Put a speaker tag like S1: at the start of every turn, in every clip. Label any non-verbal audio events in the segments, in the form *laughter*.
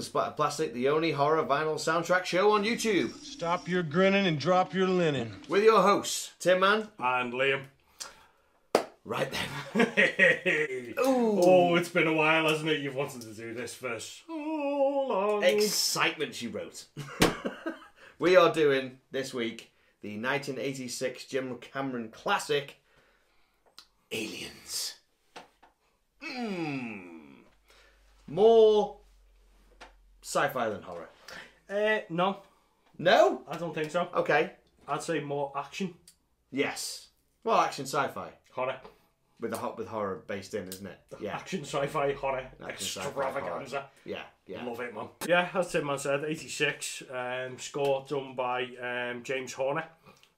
S1: Splat Plastic, the only horror vinyl soundtrack show on YouTube,
S2: Stop your grinning and drop your linen.
S1: with your hosts, Tim Man.
S3: And Liam.
S1: Right then.
S3: Oh, it's been a while, hasn't it? You've wanted to do this for so
S1: *laughs*
S3: long.
S1: Excitement, she wrote. *laughs* we are doing this week the 1986 Jim Cameron classic, Aliens. Mmm. More sci fi than horror.
S3: uh, no,
S1: No?
S3: I don't think so.
S1: Okay.
S3: I'd say more action,
S1: Yes. Well, action sci-fi
S3: horror,
S1: with the hot with horror based in, isn't it? *laughs* Yeah.
S3: action sci-fi horror
S1: Action sci-fi horror.
S3: extravaganza.
S1: Yeah. Yeah.
S3: Love it, man. Yeah, as Tim man said, 86 um, score done by um, James Horner,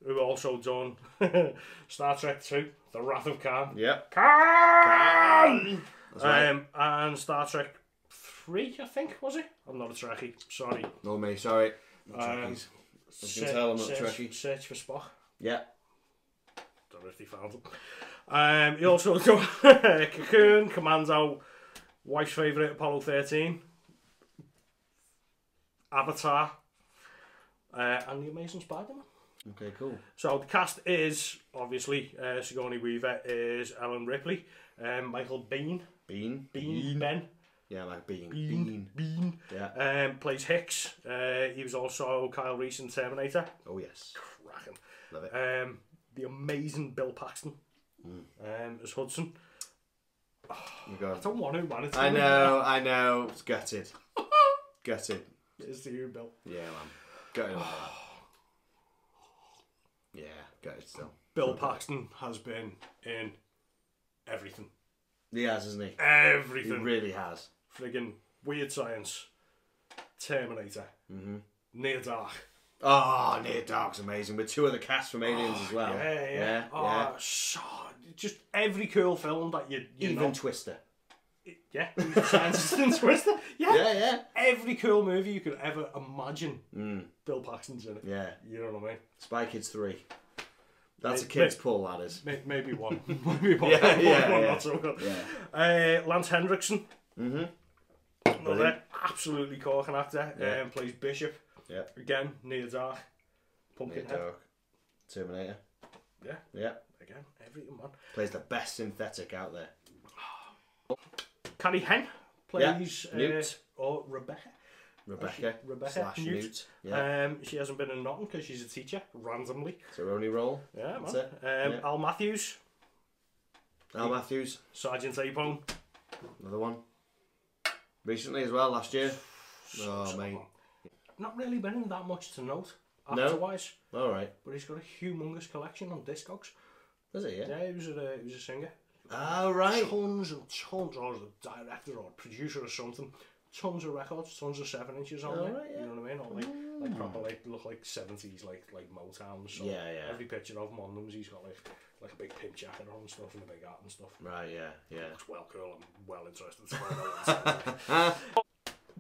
S3: who also done *laughs* Star Trek 2, The Wrath of Khan.
S1: Yep.
S3: Khan!
S1: right.
S3: Um, and Star Trek 3, I think, was it? I'm not a Trekkie, sorry.
S1: No me. Sorry. Not
S3: Um,
S1: Trekkies. can
S3: Search-
S1: tell I'm not
S3: search,
S1: Trekkie.
S3: Search for Spock.
S1: Yeah.
S3: Don't know if they found him. Um, he also *laughs* done Cocoon, Commando, wife's favourite Apollo 13, Avatar, uh, and The Amazing Spider-Man.
S1: Okay. Cool.
S3: So the cast is obviously uh, Sigourney Weaver is Ellen Ripley, um, Michael Bean,
S1: Bean.
S3: Bean, Ben,
S1: Yeah, like bean.
S3: Bean,
S1: Bean.
S3: Bean,
S1: Yeah.
S3: um, plays Hicks. Uh, he was also Kyle Reese in Terminator.
S1: Oh yes.
S3: Cracking.
S1: Love it.
S3: Um, the amazing Bill Paxton um, as Hudson.
S1: You go.
S3: I don't want to, man. It's
S1: I
S3: the-
S1: know. I know. It's gutted.
S3: *laughs*
S1: gutted.
S3: It's the you, Bill.
S1: Yeah, man.
S3: *sighs*
S1: Gutted. about that. Yeah. Gutted still.
S3: Bill Paxton has been in everything.
S1: He has, isn't he? He
S3: Everything.
S1: really has.
S3: Friggin' Weird Science, Terminator,
S1: Mm-hmm.
S3: Near Dark.
S1: Oh, Near Dark's amazing. With two of the cast from Aliens as well.
S3: Oh, Yeah, yeah.
S1: Yeah.
S3: oh,
S1: yeah.
S3: so, just every cool film that you you
S1: Even
S3: know. *laughs*
S1: Twister.
S3: yeah. Science and *laughs* Twister. Yeah.
S1: Yeah, yeah.
S3: Every cool movie you could ever imagine. Bill Paxton's in it.
S1: Mm. Yeah.
S3: You know what I mean?
S1: Spy Kids 3. That's a
S3: Mate,
S1: kid's
S3: mate.
S1: pull, that is.
S3: May-
S1: *laughs*
S3: Maybe one. *laughs* Maybe one.
S1: Yeah,
S3: one,
S1: yeah,
S3: one
S1: yeah.
S3: not so good.
S1: Yeah.
S3: Uh, Lance Hendrickson. Mm-hmm. Another
S1: Brilliant.
S3: absolutely corking actor.
S1: Yeah.
S3: Um, plays Bishop.
S1: Yeah.
S3: Again, Near Dark.
S1: Near
S3: Pumpkinhead.
S1: Dark. Terminator.
S3: Yeah.
S1: Yeah.
S3: Again, everything, man.
S1: Plays the best synthetic out there.
S3: Carrie Henn plays
S1: Yeah, Newt.
S3: Uh, or Rebecca.
S1: Rebecca.
S3: Rebecca
S1: slash
S3: Newt.
S1: Newt. Uh, Yeah.
S3: Um, she hasn't been in nothing because she's a teacher, randomly.
S1: it's her only role.
S3: Yeah, man.
S1: That's
S3: Um,
S1: it. Yeah.
S3: Al Matthews,
S1: Al Matthews.
S3: Sergeant Apone.
S1: Another one. Recently as well, last year. Oh, mate.
S3: Not really been in that much to note,
S1: No.
S3: actor-wise,
S1: Alright.
S3: but he's got a humongous collection on Discogs.
S1: Does it, yeah?
S3: Yeah, he was a, he was a singer.
S1: All right.
S3: Tons and tons, or the director or producer or something. Tons of records, tons of seven inches on there.
S1: Alright, yeah. Mm.
S3: You know what I mean? Or like, like proper like look like seventies like like Motown. So
S1: Yeah, yeah.
S3: Every picture of him on them, he's got like like a big pimp jacket on and stuff and a big hat and stuff.
S1: Right, yeah, yeah.
S3: It's well cool. I'm well interested. To find out what it sounds
S1: *laughs*
S3: like.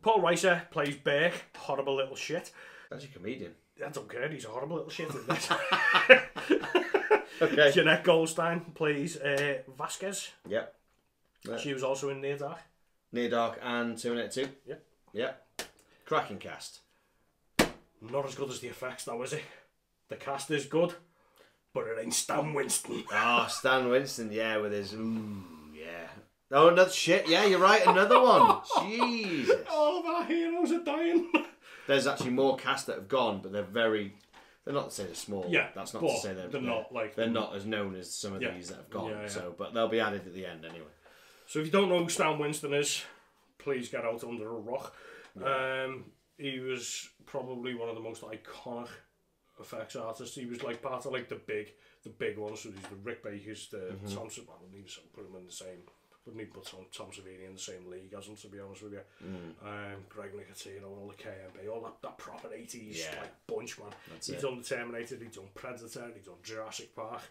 S3: Paul Reiser plays Burke. Horrible little shit.
S1: That's a comedian.
S3: I don't care. He's a horrible little shit in this.
S1: *laughs* Okay.
S3: Jeanette Goldstein plays uh, Vasquez.
S1: Yep.
S3: She was also in Near Dark.
S1: Near Dark and Terminator 2.
S3: Yep.
S1: Yep. Cracking cast.
S3: Not as good as the effects, though, is it? The cast is good, but it ain't Stan Winston.
S1: *laughs* Ah, Stan Winston, yeah, with his mm, yeah. Oh, another shit. Yeah, you're right. Another one. *laughs* Jesus.
S3: All of our heroes are dying. *laughs*
S1: There's actually more cast that have gone, but they're very. They're not to say they're small.
S3: Yeah,
S1: that's not
S3: but
S1: to say they're,
S3: they're not, like-
S1: they're not as known as some of
S3: Yeah.
S1: these that have gone.
S3: Yeah, yeah.
S1: So, but they'll be added at the end anyway.
S3: so if you don't know who Stan Winston is, please get out under a rock. Um, he was probably one of the most iconic effects artists. He was like part of like the big, the big ones. So he's the Rick Baker's, the
S1: Mm-hmm.
S3: Thompson. I wouldn't even put him in the same. Wouldn't even put Tom, Tom Savini in the same league as him, to be honest with you.
S1: Mm.
S3: Um, Greg Nicotino, all the KMB, all that, that proper 80s
S1: Yeah.
S3: like bunch, man. he's
S1: it.
S3: done The Terminator, he's done Predator, he's done Jurassic Park.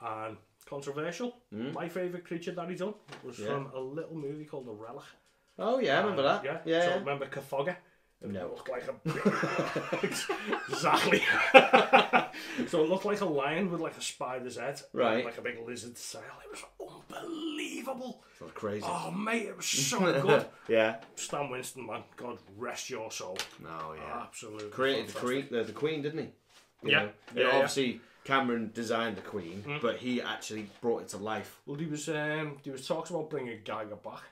S3: And controversial,
S1: Hmm?
S3: my favourite creature that he done was from a little movie called The Relic.
S1: Oh yeah, I remember that.
S3: Uh, Yeah,
S1: yeah.
S3: So
S1: yeah.
S3: remember Cafogger? It
S1: No.
S3: looked like a
S1: *laughs*
S3: big- exactly. *laughs* so it looked like a lion with like a spider's head,
S1: Right.
S3: Like a big lizard's tail. It was unbelievable.
S1: That's crazy. *laughs*
S3: Oh mate, it was so good.
S1: yeah.
S3: Stan Winston, man, God rest your soul.
S1: Oh yeah.
S3: Absolutely.
S1: Created the
S3: Ah. fantastic.
S1: Queen, the, the Queen, didn't he? You
S3: Yeah.
S1: know?
S3: Yeah, Mm-hmm. yeah.
S1: Obviously, Cameron designed the Queen, but he actually brought it to life.
S3: Well, he was um, he was talks about bringing Geiger back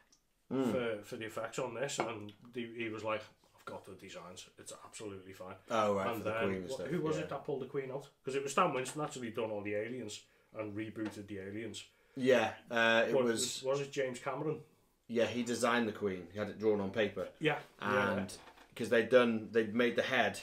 S1: Hmm.
S3: for, for the effects on this, and he, he was like, "I've got the designs. It's absolutely fine."
S1: Oh right,
S3: and
S1: for the
S3: um,
S1: Queen and
S3: wh-
S1: stuff.
S3: who was
S1: yeah.
S3: it that pulled the Queen out? Because it was Stan Winston actually done all the aliens and rebooted the aliens.
S1: Yeah, uh, it
S3: What-
S1: was.
S3: was it James Cameron?
S1: Yeah, he designed the Queen. He had it drawn on paper,
S3: Yeah. yeah.
S1: and because they'd done, they'd made the head,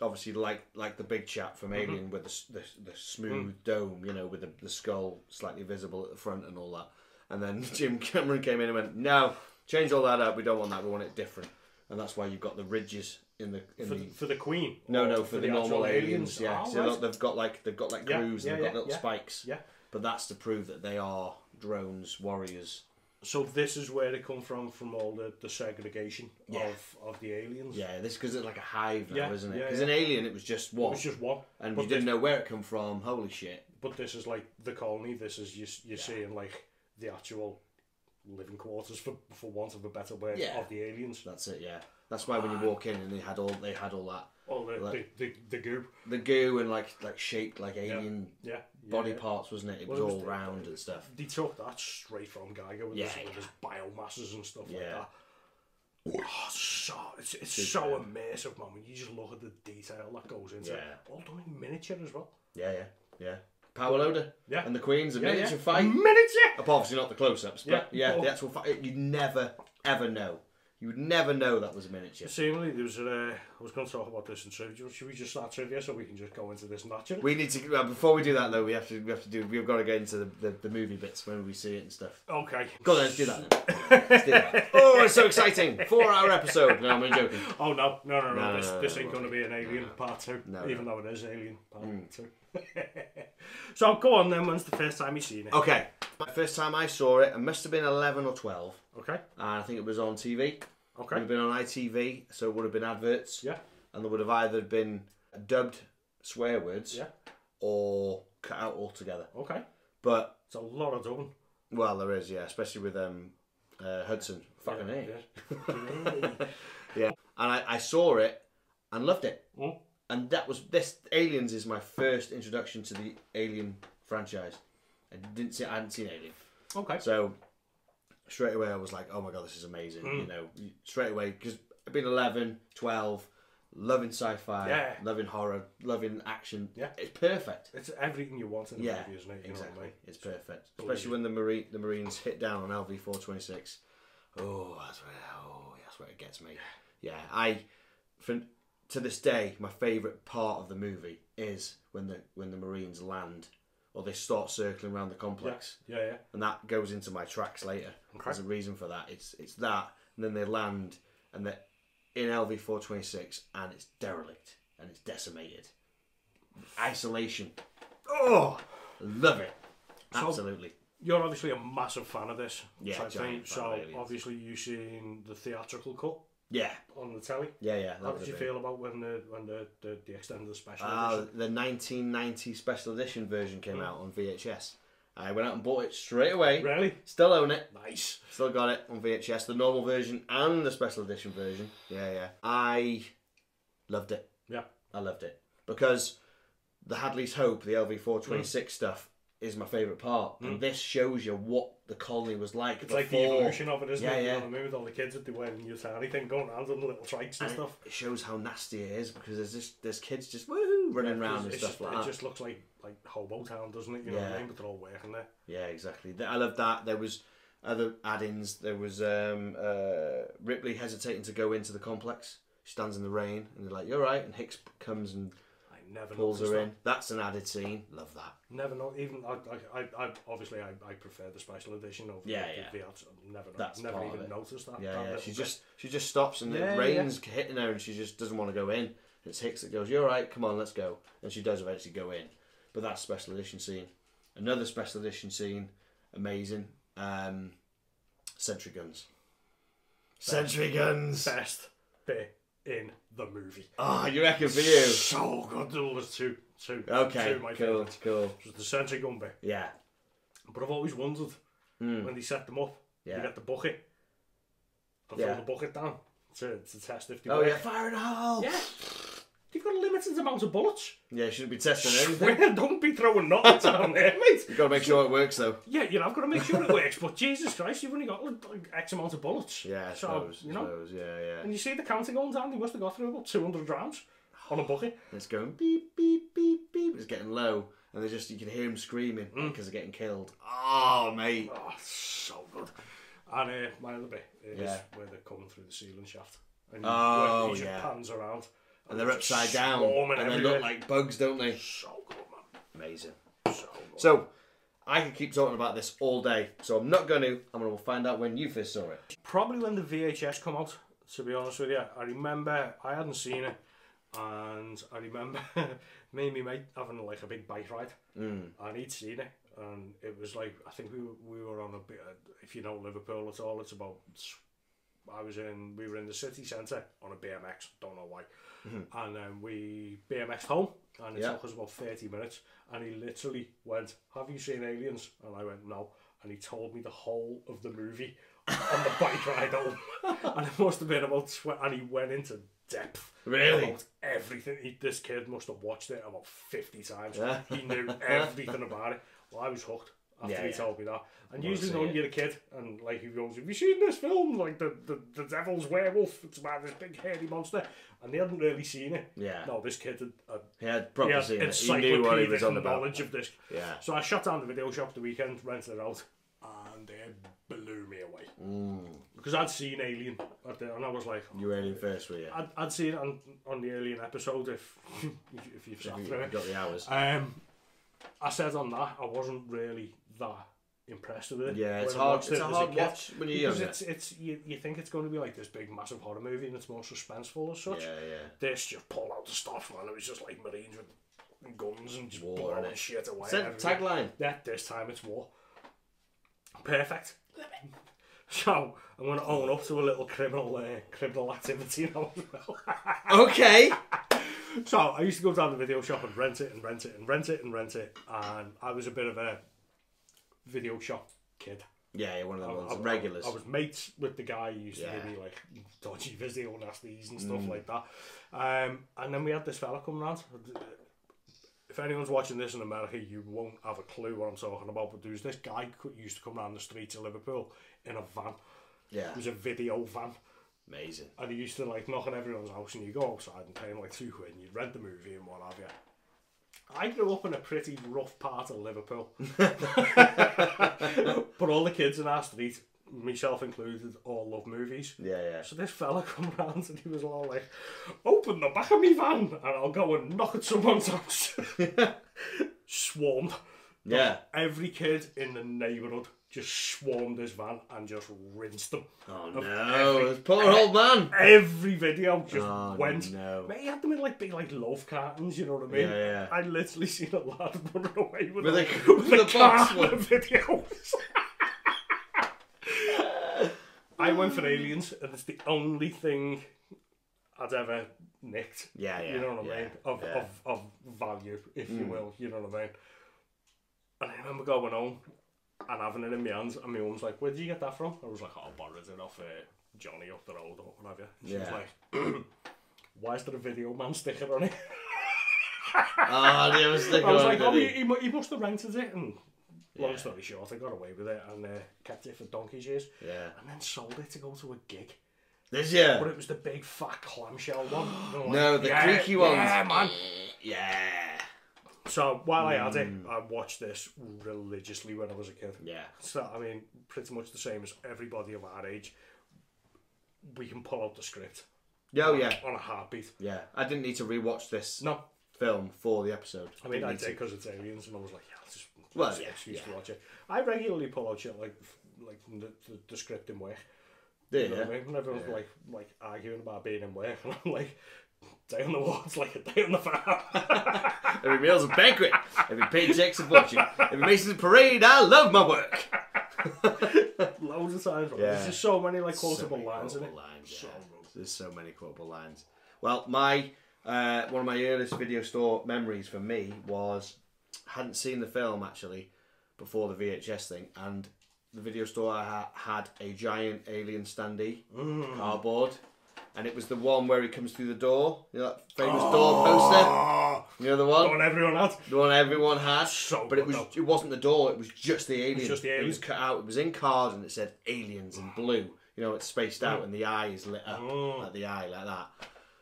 S1: obviously like like the big chap from
S3: Mm-hmm.
S1: Alien with the s- the, the smooth
S3: Mm.
S1: dome, you know, with the, the skull slightly visible at the front and all that. And then *laughs* Jim Cameron came in and went, "No, change all that up. We don't want that. We want it different." And that's why you've got the ridges in the in the
S3: For, the, oh, for the Queen.
S1: No,
S3: or
S1: no, for, the,
S3: actual
S1: normal aliens, yeah.
S3: Ah,
S1: so
S3: right.
S1: look, they've got like they've got like
S3: Yeah,
S1: crews and
S3: yeah,
S1: they've got
S3: yeah,
S1: little
S3: yeah.
S1: spikes.
S3: Yeah.
S1: But that's to prove that they are drones, warriors.
S3: So this is where they come from, from all the, the segregation
S1: Yeah.
S3: of, of the aliens.
S1: Yeah, this because it's like a hive now,
S3: Yeah,
S1: isn't it?
S3: yeah,
S1: Because
S3: yeah.
S1: an alien, it was just
S3: It
S1: one,
S3: was just one.
S1: and
S3: but
S1: we
S3: this-
S1: didn't know where it come from. Holy shit!
S3: but this is like the colony. This is you, you're seeing like the actual living quarters for for want of a better word
S1: Yeah.
S3: of the aliens.
S1: That's it. Yeah, that's why
S3: Ah.
S1: when you walk in and they had all they had all that
S3: Oh, the the, the, the goo.
S1: the goo and like like shaped like alien
S3: Yeah, yeah,
S1: body
S3: yeah.
S1: parts, wasn't it? It was
S3: Well, it
S1: all
S3: was the-
S1: round and stuff.
S3: They took that straight from Geiger with,
S1: Yeah,
S3: his, with his biomasses and stuff like
S1: Yeah.
S3: that. Oh, so it's, it's so immersive, man. When you just look at the detail that goes into
S1: Yeah.
S3: it, all done in miniature as well.
S1: Yeah, yeah, yeah. Power loader.
S3: Yeah.
S1: And the queen's a miniature
S3: A
S1: fight.
S3: miniature.
S1: Apart obviously not the close-ups, but yeah,
S3: Yeah.
S1: the actual fa- you'd never ever know. You would never know that was a miniature.
S3: Seemingly, there was a. Uh, I was going to talk about this in trivia. Should we just start trivia so we can just go into this naturally?
S1: We need to uh, before we do that though. We have to we have to do we've got to get into the, the, the movie bits when we see it and stuff.
S3: Okay.
S1: Go on, then, let's do that. Then. Let's do that. Oh, it's so exciting! Four-hour episode. No, I'm only joking.
S3: Oh no, no, no, no!
S1: No,
S3: this
S1: no, no,
S3: this
S1: no,
S3: ain't
S1: no.
S3: going to be an Alien Part Two,
S1: No, Mm.
S3: even though it is Alien Part Two. *laughs* so go on then. When's the first time you seen it?
S1: Okay, my first time I saw it, I must have been eleven or twelve,
S3: Okay.
S1: and I think it was on TV. It would
S3: Okay.
S1: have been on ITV, so it would have been adverts,
S3: Yeah.
S1: and there would have either been dubbed swear words
S3: Yeah.
S1: or cut out altogether.
S3: Okay.
S1: But
S3: It's a lot of doing.
S1: Well, there is, yeah, especially with um, uh, Hudson. Fucking yeah,
S3: Yeah.
S1: *laughs* yeah. And I, I saw it and loved it.
S3: Mm.
S1: And that was this Aliens is my first introduction to the Alien franchise. I didn't see I hadn't seen Alien,
S3: okay.
S1: so straight away I was like, oh my god, this is amazing.
S3: Mm.
S1: You know, straight away because I've been 11, 12, loving sci-fi,
S3: Yeah.
S1: loving horror, loving action.
S3: Yeah.
S1: it's perfect.
S3: It's everything you want in a
S1: Yeah,
S3: movie, isn't it? You
S1: exactly.
S3: Know what I mean?
S1: It's perfect, especially when the marine the Marines hit down on LV four twenty six. Oh, that's where oh, that's where it gets me. Yeah, I from to this day, my favourite part of the movie is when the when the Marines land or they start circling around the complex,
S3: Yeah, yeah.
S1: and that goes into my tracks later. There's a reason for that. It's it's that, and then they land and they're in LV four twenty six, and it's derelict and it's decimated. Isolation. Oh, love it. Absolutely.
S3: You're obviously a massive fan of this.
S1: Yeah,
S3: type
S1: giant
S3: thing,
S1: fan of
S3: So
S1: Aliens.
S3: obviously you've seen the theatrical cut
S1: Yeah,
S3: on the telly.
S1: yeah, yeah. that
S3: How
S1: was
S3: did
S1: a
S3: you
S1: bit-
S3: feel about when the when the the, the Mm. extended special?
S1: Ah,
S3: edition?
S1: the 1990 special edition version came out on VHS. I went out and bought it straight away.
S3: Really
S1: Still own it.
S3: nice.
S1: Still got it on VHS, the normal version and the special edition version. Yeah, yeah. I loved it.
S3: Yeah.
S1: I loved it because the Hadley's Hope, the LV426
S3: Mm.
S1: stuff, is my favourite part, and this shows you what the colony was like
S3: It's like the
S1: before.
S3: evolution of it, isn't
S1: Yeah,
S3: it? You
S1: yeah.
S3: know what I mean? With all the kids that they wearing your tiny thing going around on little trikes and stuff.
S1: It shows how nasty it is because there's just there's kids just woohoo running around and
S3: It's
S1: stuff
S3: just,
S1: like
S3: it
S1: that.
S3: just looks like like Hobo Town, doesn't it? You know what
S1: Yeah.
S3: I mean? But they're all working there.
S1: Yeah, exactly. Th- I love that. There was other add-ins. There was um, uh, Ripley hesitating to go into the complex. She stands in the rain, and they're like, "You're right." And Hicks comes and
S3: I never
S1: pulls
S3: noticed
S1: her
S3: that.
S1: in. That's an added scene. Love that.
S3: Never know. Even I, I, I, I obviously I, I prefer the special edition over
S1: Yeah,
S3: the,
S1: yeah.
S3: the, the arts. Never,
S1: That's
S3: never
S1: part of
S3: even
S1: it.
S3: noticed that.
S1: Yeah,
S3: that
S1: yeah.
S3: little
S1: She
S3: bit.
S1: just she just stops, and
S3: Yeah,
S1: the rain's hitting her, and she just doesn't want to go in. It's Hicks that goes, "You're right. Come on, let's go." And she does eventually go in. But that special edition scene, another special edition scene, amazing. Um, sentry guns. Sentry guns.
S3: best bit in the movie.
S1: *laughs* Ah, you reckon for you?
S3: So good. There was two, two, two
S1: Okay,
S3: of my
S1: cool,
S3: favourites.
S1: cool.
S3: It was the Sensei Gunbei.
S1: Yeah,
S3: But I've always wondered when they set them up,
S1: Hmm. Yeah.
S3: you get the bucket. They
S1: Yeah.
S3: throw the bucket down to, to test if they
S1: Oh
S3: work.
S1: yeah, fire in a hole.
S3: Yeah. They've got a limited amount of bullets.
S1: Yeah, you shouldn't be testing anything.
S3: Well, Don't be throwing nothing down there, mate.
S1: You've got to make sure it works though.
S3: Yeah, you know, I've got to make sure it works, but Jesus Christ, you've only got like, like, X amount of bullets.
S1: Yeah, I
S3: so,
S1: suppose.
S3: you know.
S1: I suppose. Yeah,
S3: And
S1: yeah.
S3: you see the counter going down, they must have got through about 200 rounds on a bucket.
S1: It's going beep beep beep beep. It's getting low, and they just you can hear him screaming
S3: Mm.
S1: because they're getting killed. Oh mate.
S3: Oh, it's so good. And uh, my other bit is
S1: Yeah.
S3: where they're coming through the ceiling shaft. And
S1: Oh,
S3: he just
S1: yeah.
S3: pans around.
S1: And they're
S3: just
S1: upside down,
S3: swarming
S1: and they
S3: everywhere.
S1: look like bugs, don't they?
S3: So good, man.
S1: Amazing.
S3: So good.
S1: So, I could keep talking about this all day, so I'm not going to. I'm going to find out when you first saw it.
S3: Probably when the VHS come out, to be honest with you. I remember I hadn't seen it. And I remember *laughs* me and my mate having like a big bike ride. Mm. And he'd seen it. And it was like, I think we were, we were on a bit, if you know Liverpool at all, it's about I was in, we were in the city centre on a BMX, don't know why. And then we BMXed home, and it
S1: Mm-hmm. Yeah.
S3: took us about 30 minutes. And he literally went, Have you seen Aliens? And I went, No. And he told me the whole of the movie on
S1: *laughs*
S3: the bike ride home. And it must have been about 20, and he went into depth.
S1: Really?
S3: About everything. He, this kid must have watched it about 50 times.
S1: Yeah.
S3: He knew
S1: *laughs*
S3: everything about it. Well, I was hooked. After
S1: Yeah,
S3: he
S1: yeah.
S3: told me that, and
S1: wanna
S3: usually
S1: see
S3: when
S1: it.
S3: you're a kid and like he goes, "Have you seen this film? Like the the, the devil's werewolf? It's about this big hairy monster," and they hadn't really seen it.
S1: Yeah.
S3: No, this kid had, had
S1: He had
S3: he
S1: proper
S3: had
S1: seen it. He knew what he was
S3: encyclopedic
S1: on about.
S3: knowledge of this.
S1: Yeah.
S3: So I shut down the video shop the weekend, rented it out, and it blew me away because I'd seen Alien, at the, and I was like,
S1: Mm. You were in first, were you?
S3: I'd, I'd seen it on, on the Alien episode if *laughs* if you've sat
S1: You
S3: through it.
S1: got the hours.
S3: Um, I said on that I wasn't really that impressed with it.
S1: Yeah, it's
S3: when I
S1: hard.
S3: watched
S1: It's
S3: it
S1: a
S3: as
S1: hard
S3: kid.
S1: watch when you're
S3: Because
S1: younger.
S3: it's it's you, you think it's going to be like this big massive horror movie and it's more suspenseful as
S1: Yeah,
S3: such.
S1: yeah.
S3: This just pull out the stuff, man. It was just like marines with guns and just
S1: War,
S3: blowing
S1: innit?
S3: shit away.
S1: Said
S3: everywhere.
S1: tagline.
S3: Yeah, this time it's war. Perfect. *laughs* So I'm going to own up to a little criminal uh, criminal activity *laughs* now as well.
S1: Okay.
S3: So I used to go down to the video shop and rent it and rent it and rent it and rent it, and I was a bit of a video shop kid.
S1: Yeah, yeah, one of
S3: I-
S1: the ones
S3: I-
S1: Oh, regulars.
S3: I, was mates with the guy who used to
S1: Yeah. Mm.
S3: give me like dodgy video nasties and stuff like that. Um, and then we had this fella come round. If anyone's watching this in America, you won't have a clue what I'm talking about. But there was this guy who used to come round the streets of Liverpool in a van.
S1: yeah,
S3: It was a video van.
S1: amazing.
S3: And he used to like knock on everyone's house and you go outside and pay him like two quid and you'd rent the movie and what have you. I grew up in a pretty rough part of Liverpool. but all the kids in our street, myself included, all love movies.
S1: Yeah, yeah.
S3: So this fella *laughs* come round and he was all like, open the back of me van and I'll go and knock at someone's house. Swarmed.
S1: Yeah.
S3: Every kid in the neighbourhood just swarmed his van and just rinsed them.
S1: Oh
S3: Of
S1: no,
S3: every-
S1: this poor old man.
S3: every video just
S1: Oh,
S3: went.
S1: no.
S3: Mate, he had them in like big like love cartons, you know what I mean?
S1: Yeah, yeah.
S3: I literally seen a lad running away with,
S1: With
S3: a,
S1: a-
S3: *laughs* with
S1: with
S3: a
S1: a box
S3: carton
S1: one.
S3: of videos. *laughs* I went for aliens, and it's the only thing I'd ever nicked.
S1: Yeah, yeah,
S3: You know what I
S1: yeah,
S3: mean? Of,
S1: yeah. Mm.
S3: of of value, if you will. You know what I mean? And I remember going home and having it in my hands, and my mum's like, "Where did you get that from?" I was like, "Oh, I borrowed it off uh, Johnny up the road or whatever." She was
S1: Yeah.
S3: like, *clears throat* "Why is there a video man sticker on it?"
S1: Oh, *laughs* they were sticking
S3: *laughs* I was
S1: on,
S3: like,
S1: did
S3: "Oh,
S1: he?
S3: he, he, mu- he must have rented it." And long story short, I got away with it and uh, kept it for donkey's years,
S1: Yeah.
S3: and then sold it to go to a gig.
S1: This
S3: But
S1: year.
S3: it was the big fat clamshell one.
S1: *gasps*
S3: They're like,
S1: No, the
S3: "Yeah,
S1: creaky ones.
S3: Yeah, man.
S1: Yeah.
S3: So while I had it,
S1: Mm.
S3: I watched this religiously when I was a kid.
S1: Yeah.
S3: So I mean, pretty much the same as everybody of our age. We can pull out the script
S1: Oh yeah.
S3: on a heartbeat.
S1: Yeah. I didn't need to rewatch this
S3: No,
S1: film for the episode.
S3: I mean
S1: Didn't
S3: I
S1: need
S3: did
S1: to.
S3: because it's aliens, and I was like, yeah, I'll just
S1: Well,
S3: it's an
S1: yeah,
S3: excuse
S1: yeah.
S3: to watch it. I regularly pull out shit like like from the, the, the script in work.
S1: Yeah.
S3: You know what I
S1: yeah.
S3: mean? When everyone's like like arguing about being in work, *laughs* and I'm like, day on the ward's like a day on the farm. *laughs*
S1: Every meal's a banquet. Every paycheck's a fortune. Every mason's a parade. I love my work.
S3: Loads of times.
S1: Yeah.
S3: There's just so many like
S1: So
S3: quotable
S1: many
S3: lines in it.
S1: quotable lines,
S3: So
S1: yeah.
S3: good.
S1: There's so many quotable lines. Well, my uh, one of my earliest video store memories for me was hadn't seen the film actually before the VHS thing, and the video store I ha- had a giant alien standee cardboard, and it was the one where he comes through the door. You know that famous door poster. You know the one.
S3: Oh, and everyone had.
S1: The one everyone had,
S3: So
S1: but it
S3: good,
S1: was
S3: though.
S1: it wasn't the door. It was just the alien.
S3: just the
S1: It
S3: alien.
S1: was cut out. It was in cards, and it said aliens in blue. You know, it's spaced out, and the eye is lit up
S3: Oh.
S1: like the eye like that.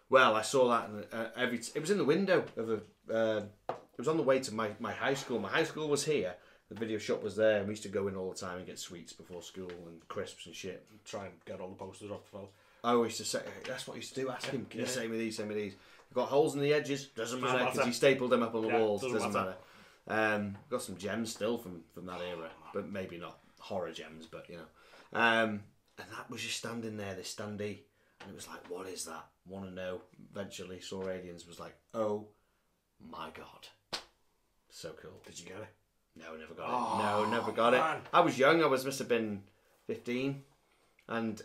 S1: Well, I saw that, and uh, every t- it was in the window of a. Uh, it was on the way to my, my high school. My high school was here. The video shop was there, and we used to go in all the time and get sweets before school and crisps and shit.
S3: Try and get all the posters off the fella.
S1: I always just say that's what I used to do. Ask him, can you send me these? Send me these. I've got holes in the edges. Doesn't matter because
S3: matter.
S1: he stapled them up on the
S3: Yeah,
S1: walls. Doesn't,
S3: doesn't
S1: matter.
S3: matter.
S1: Um, got some gems still from from that era, but maybe not horror gems, but you know. Um, and that was just standing there, this standee, and it was like, what is that? Want to know? Eventually, saw aliens. Was like, oh my god, so cool.
S3: Did you get it?
S1: No, never got it. No, never got it.
S3: Oh, man.
S1: I was young. I was must have been fifteen, and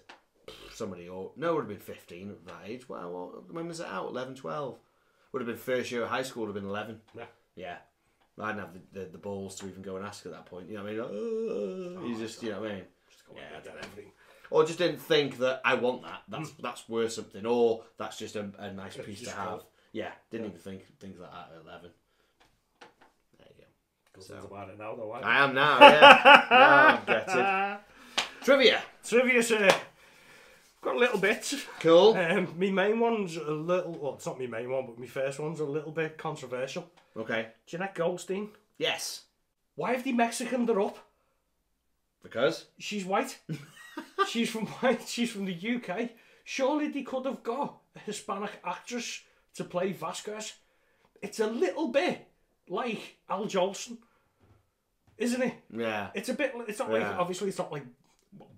S1: somebody or no, it would have been fifteen at that age. Well, well, when was it out? 11, 12. Would have been first year of high school. Would have been eleven.
S3: Yeah.
S1: Yeah, I didn't have the, the, the balls to even go and ask at that point. You know what I mean? Like,
S3: Oh,
S1: "Uh," you just, you know what I mean?
S3: Just go yeah, I did everything.
S1: Or just didn't think that I want that. That's that's worth something. Or that's just a, a nice piece to
S3: Mm. just
S1: have.
S3: cool.
S1: Yeah, didn't even think things like that at eleven. There you go.
S3: Because that's about it now, though. I
S1: I am now, yeah. now I'm gutted. *laughs* Trivia.
S3: Trivia, sir. Got a little bit.
S1: Cool.
S3: Um, my main one's a little, well, it's not my main one, but my first one's a little bit controversial.
S1: Okay.
S3: Jeanette Goldstein.
S1: Yes.
S3: Why have they Mexicaned her up?
S1: Because?
S3: She's white. she's from white. She's from the UK. Surely they could have got a Hispanic actress to play Vasquez. It's a little bit like Al Jolson, isn't it?
S1: Yeah.
S3: It's a bit. It's not like
S1: Yeah.
S3: obviously it's not like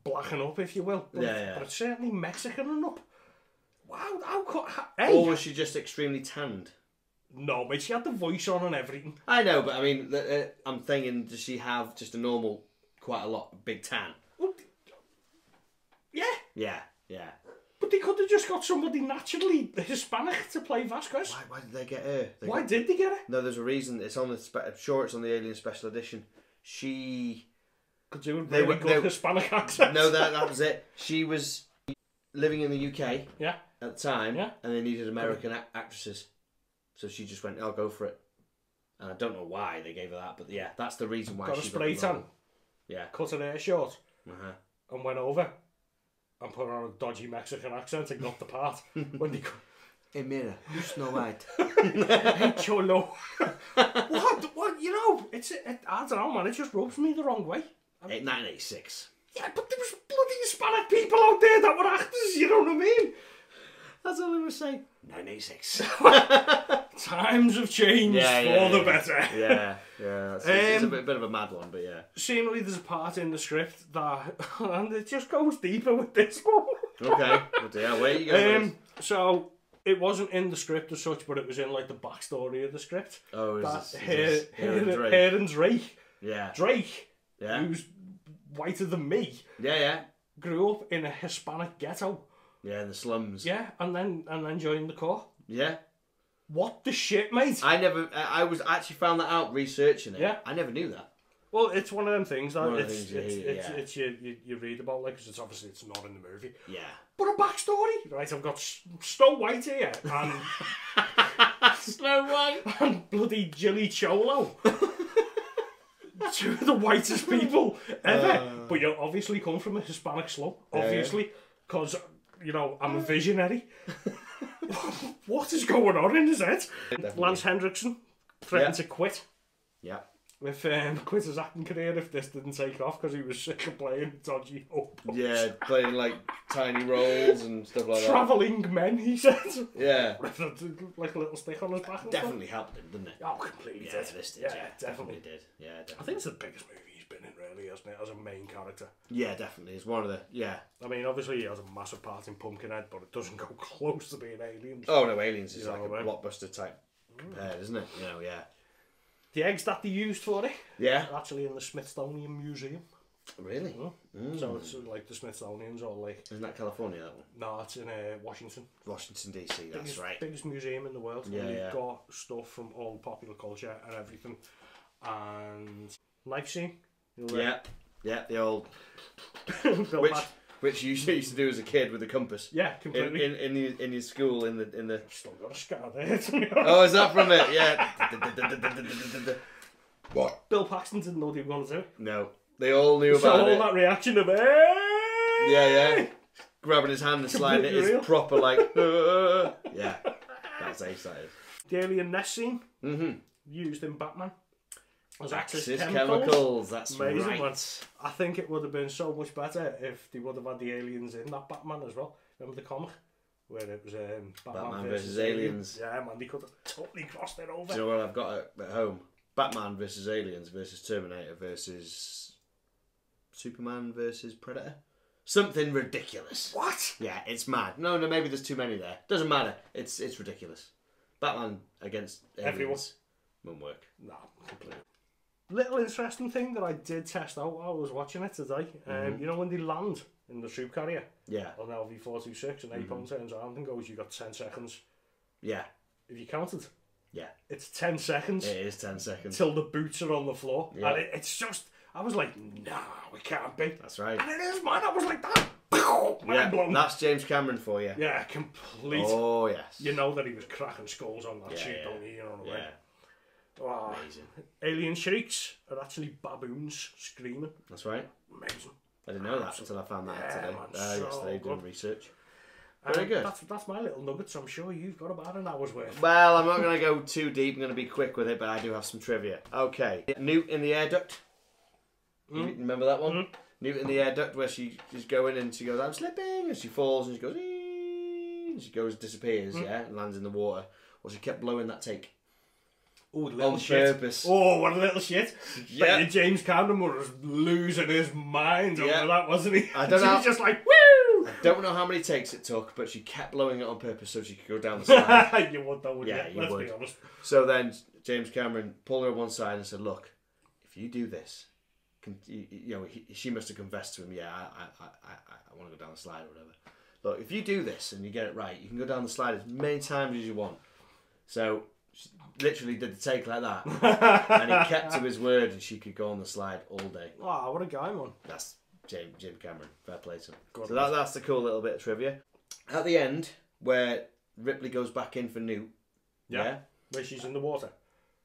S3: blacking up, if you will. But,
S1: Yeah,
S3: it's-
S1: yeah.
S3: but it's certainly Mexican up. Wow, how could hey?
S1: Or was Oh, she just extremely tanned?
S3: No, but she had the voice on and everything.
S1: I know, but I mean, th- uh, I'm thinking, does she have just a normal, quite a lot, big tan?
S3: Well, Yeah,
S1: Yeah. Yeah.
S3: but they could have just got somebody naturally Hispanic to play Vasquez.
S1: Why, why did they get her? They
S3: Why
S1: got-
S3: did they get it?
S1: no, there's a reason. It's on the. Spe- I'm sure it's on the Alien Special Edition. *laughs* She.
S3: Because they were
S1: They
S3: really
S1: were-
S3: good
S1: they-
S3: Hispanic accent.
S1: No, that, that was it. She was living in the UK
S3: *laughs* Yeah.
S1: at the time,
S3: Yeah.
S1: and they needed American ac actresses, so she just went, "I'll go for it." And I don't know why they gave her that, but yeah, that's the reason why
S3: Got a
S1: she
S3: spray
S1: the role.
S3: tan,
S1: Yeah,
S3: cut her hair short,
S1: uh-huh.
S3: and went over and put on a dodgy Mexican accent and got
S1: *laughs*
S3: the part. when they go,
S1: Hey Mira, you Snow White.
S3: hey, Cholo. what? What? You know, it's, it, I don't know, man. It just rubs me the wrong way.
S1: *laughs* Eight nine eight six.
S3: Yeah, but there was bloody Hispanic people out there that were actors, you know what I mean?
S1: That's all I was saying. *laughs* Nine eight six.
S3: Times have changed
S1: Yeah, yeah,
S3: for
S1: yeah.
S3: the better.
S1: yeah, yeah. That's, it's, it's a
S3: Um,
S1: bit, bit of a mad one, but yeah.
S3: Seemingly, there's a part in the script that, *laughs* and it just goes deeper with this one.
S1: Okay. oh dear, where are you going? with
S3: Um, so it wasn't in the script as such, but it was in like the backstory of the script.
S1: Oh, is
S3: that
S1: this- is
S3: Her-
S1: this Her and
S3: Her-
S1: Drake?
S3: Her and Drake,
S1: this? Yeah.
S3: Drake,
S1: Yeah.
S3: who's whiter than me,
S1: Yeah. Yeah.
S3: grew up in a Hispanic ghetto.
S1: Yeah. In the slums.
S3: Yeah, and then and then joined the corps.
S1: Yeah.
S3: What the shit, mate?
S1: I never. I I was actually found that out researching it.
S3: Yeah.
S1: I never knew that.
S3: Well, it's one of them things that
S1: One of the
S3: it's,
S1: things you
S3: it's,
S1: hear,
S3: it's,
S1: yeah.
S3: it's you, you, you read about, like, 'cause it's obviously it's not in the movie.
S1: Yeah.
S3: But a backstory, right? I've got S- Snow White here and
S1: *laughs* Snow White.
S3: and bloody Jilly Cholo. Two of the whitest people ever.
S1: Uh.
S3: but you obviously come from a Hispanic slum, obviously, because, you know, I'm a
S1: Mm.
S3: visionary. *laughs* what is going on in his head? Lance Hendrickson threatened
S1: Yeah.
S3: to quit.
S1: Yeah.
S3: If um, quit his acting career if this didn't take off because he was sick of playing dodgy hope.
S1: Yeah, playing like tiny roles and stuff like
S3: Travelling men, he said,
S1: that. Yeah.
S3: *laughs* like a little stick on his back. and stuff.
S1: Definitely helped him, didn't it?
S3: Oh, completely
S1: Yeah,
S3: did.
S1: this did.
S3: Yeah,
S1: Yeah,
S3: definitely.
S1: did. Yeah,
S3: I
S1: definitely.
S3: think it's the biggest movie he's been in, really, hasn't it? As a main character.
S1: Yeah, definitely. It's one of the. Yeah.
S3: I mean, obviously he has a massive part in Pumpkinhead, but it doesn't go *laughs* close to being Aliens.
S1: Oh no, Aliens is
S3: Yeah,
S1: like a
S3: well.
S1: blockbuster type compared, isn't it? You know, yeah.
S3: The eggs that they used for it
S1: Yeah.
S3: are actually in the Smithsonian Museum.
S1: Really? Hmm.
S3: So it's uh, like the Smithsonian's or like
S1: Isn't that California, that one?
S3: no, it's in uh, Washington.
S1: Washington, D.C., that's
S3: biggest,
S1: right.
S3: biggest museum in the world.
S1: Yeah,
S3: and you've
S1: yeah.
S3: got stuff from all popular culture and everything, and life scene. You'll, uh,
S1: Yeah, yeah, the old.
S3: Bill
S1: Which,
S3: Pat-
S1: which you *laughs* used to do as a kid with a compass.
S3: yeah,
S1: In,
S3: completely.
S1: in, in, the, in your school, in the. in the.
S3: Still got a scar there. *laughs* to be honest.
S1: Oh, is that from it? *laughs* Yeah. what?
S3: Bill Paxton didn't know what he wanted to do.
S1: No. They all knew
S3: So
S1: about
S3: all
S1: it.
S3: that reaction of hey,
S1: Yeah,
S3: *laughs*
S1: yeah. Grabbing his hand and sliding it
S3: Completely real.
S1: is proper like. "Uh."
S3: *laughs*
S1: yeah. That's ace, that is.
S3: the alien nest scene
S1: Mm-hmm.
S3: used in Batman. As Axis
S1: Axis
S3: chemicals.
S1: Chemicals, that's
S3: Amazing
S1: right.
S3: one. I think it would have been so much better if they would have had the aliens in that Batman as well. Remember the comic where it was um, Batman,
S1: Batman
S3: versus,
S1: versus
S3: aliens.
S1: aliens.
S3: Yeah, man, they could have totally crossed it over.
S1: Do you know what I've got at, at home? Batman versus Aliens versus Terminator versus Superman versus Predator. Something ridiculous.
S3: What?
S1: Yeah, it's mad. No, no, maybe there's too many there. Doesn't matter. It's it's ridiculous. Batman against aliens.
S3: Everyone.
S1: Won't work.
S3: Nah, completely. Little interesting thing that I did test out while I was watching it today. Um,
S1: Mm-hmm.
S3: You know when they land in the troop carrier
S1: Yeah,
S3: on LV four two six and
S1: Mm-hmm.
S3: Apon turns around and goes, "You got ten seconds."
S1: yeah,
S3: If you counted,
S1: yeah.
S3: it's ten seconds.
S1: It is ten seconds.
S3: till the boots are on the floor.
S1: Yeah.
S3: And it, it's just, I was like, no, it can't be.
S1: That's right.
S3: And it is, man. I was like that. Mind
S1: Yeah,
S3: blown.
S1: that's James Cameron for you.
S3: yeah, complete.
S1: Oh yes.
S3: You know that he was cracking skulls on that
S1: Yeah,
S3: shit,
S1: yeah.
S3: don't you? You know what I mean?
S1: Yeah,
S3: Wow.
S1: amazing.
S3: Alien shrieks are actually baboons screaming.
S1: That's right.
S3: Amazing.
S1: I didn't know that until I found that out
S3: Yeah,
S1: today.
S3: man,
S1: Uh,
S3: so
S1: yesterday doing
S3: good.
S1: research. Very
S3: Um,
S1: good.
S3: That's, that's my little nuggets. I'm sure you've got about an hour's worth.
S1: Well, I'm not going to go too deep. I'm going to be quick with it, but I do have some trivia. Okay, Newt in the air duct. You
S3: Hmm?
S1: Remember that one? Newt in the air duct, where she, she's going and she goes, "I'm slipping," and she falls and she goes, "Ee," and she goes disappears,
S3: Hmm?
S1: yeah, and lands in the water. Well, she kept blowing that take.
S3: Oh, little
S1: On
S3: shit.
S1: purpose.
S3: Oh, what a little shit.
S1: Yeah.
S3: Bet you James Cameron was losing his mind
S1: Yeah.
S3: over that, wasn't he? *laughs*
S1: I don't
S3: He
S1: know.
S3: was just like, woo! *laughs*
S1: Don't know how many takes it took, but she kept blowing it on purpose so she could go down the
S3: *laughs*
S1: slide.
S3: you would though, wouldn't
S1: Yeah,
S3: you?
S1: you
S3: Let's
S1: would.
S3: be honest. *laughs*
S1: so then James Cameron pulled her on one side and said, "Look, if you do this." con- You you know, he, she must have confessed to him. Yeah, I, I, I, I want to go down the slide or whatever. Look, if you do this and you get it right, you can go down the slide as many times as you want. So, she literally did the take like that, and he kept to his word, and she could go on the slide all day.
S3: Wow, Ah, what a guy, man.
S1: That's Jim, Jim Cameron. Fair play to him. So that, that's the cool little bit of trivia. At the end, where Ripley goes back in for Newt.
S3: Yeah.
S1: Yeah.
S3: Where she's in the water.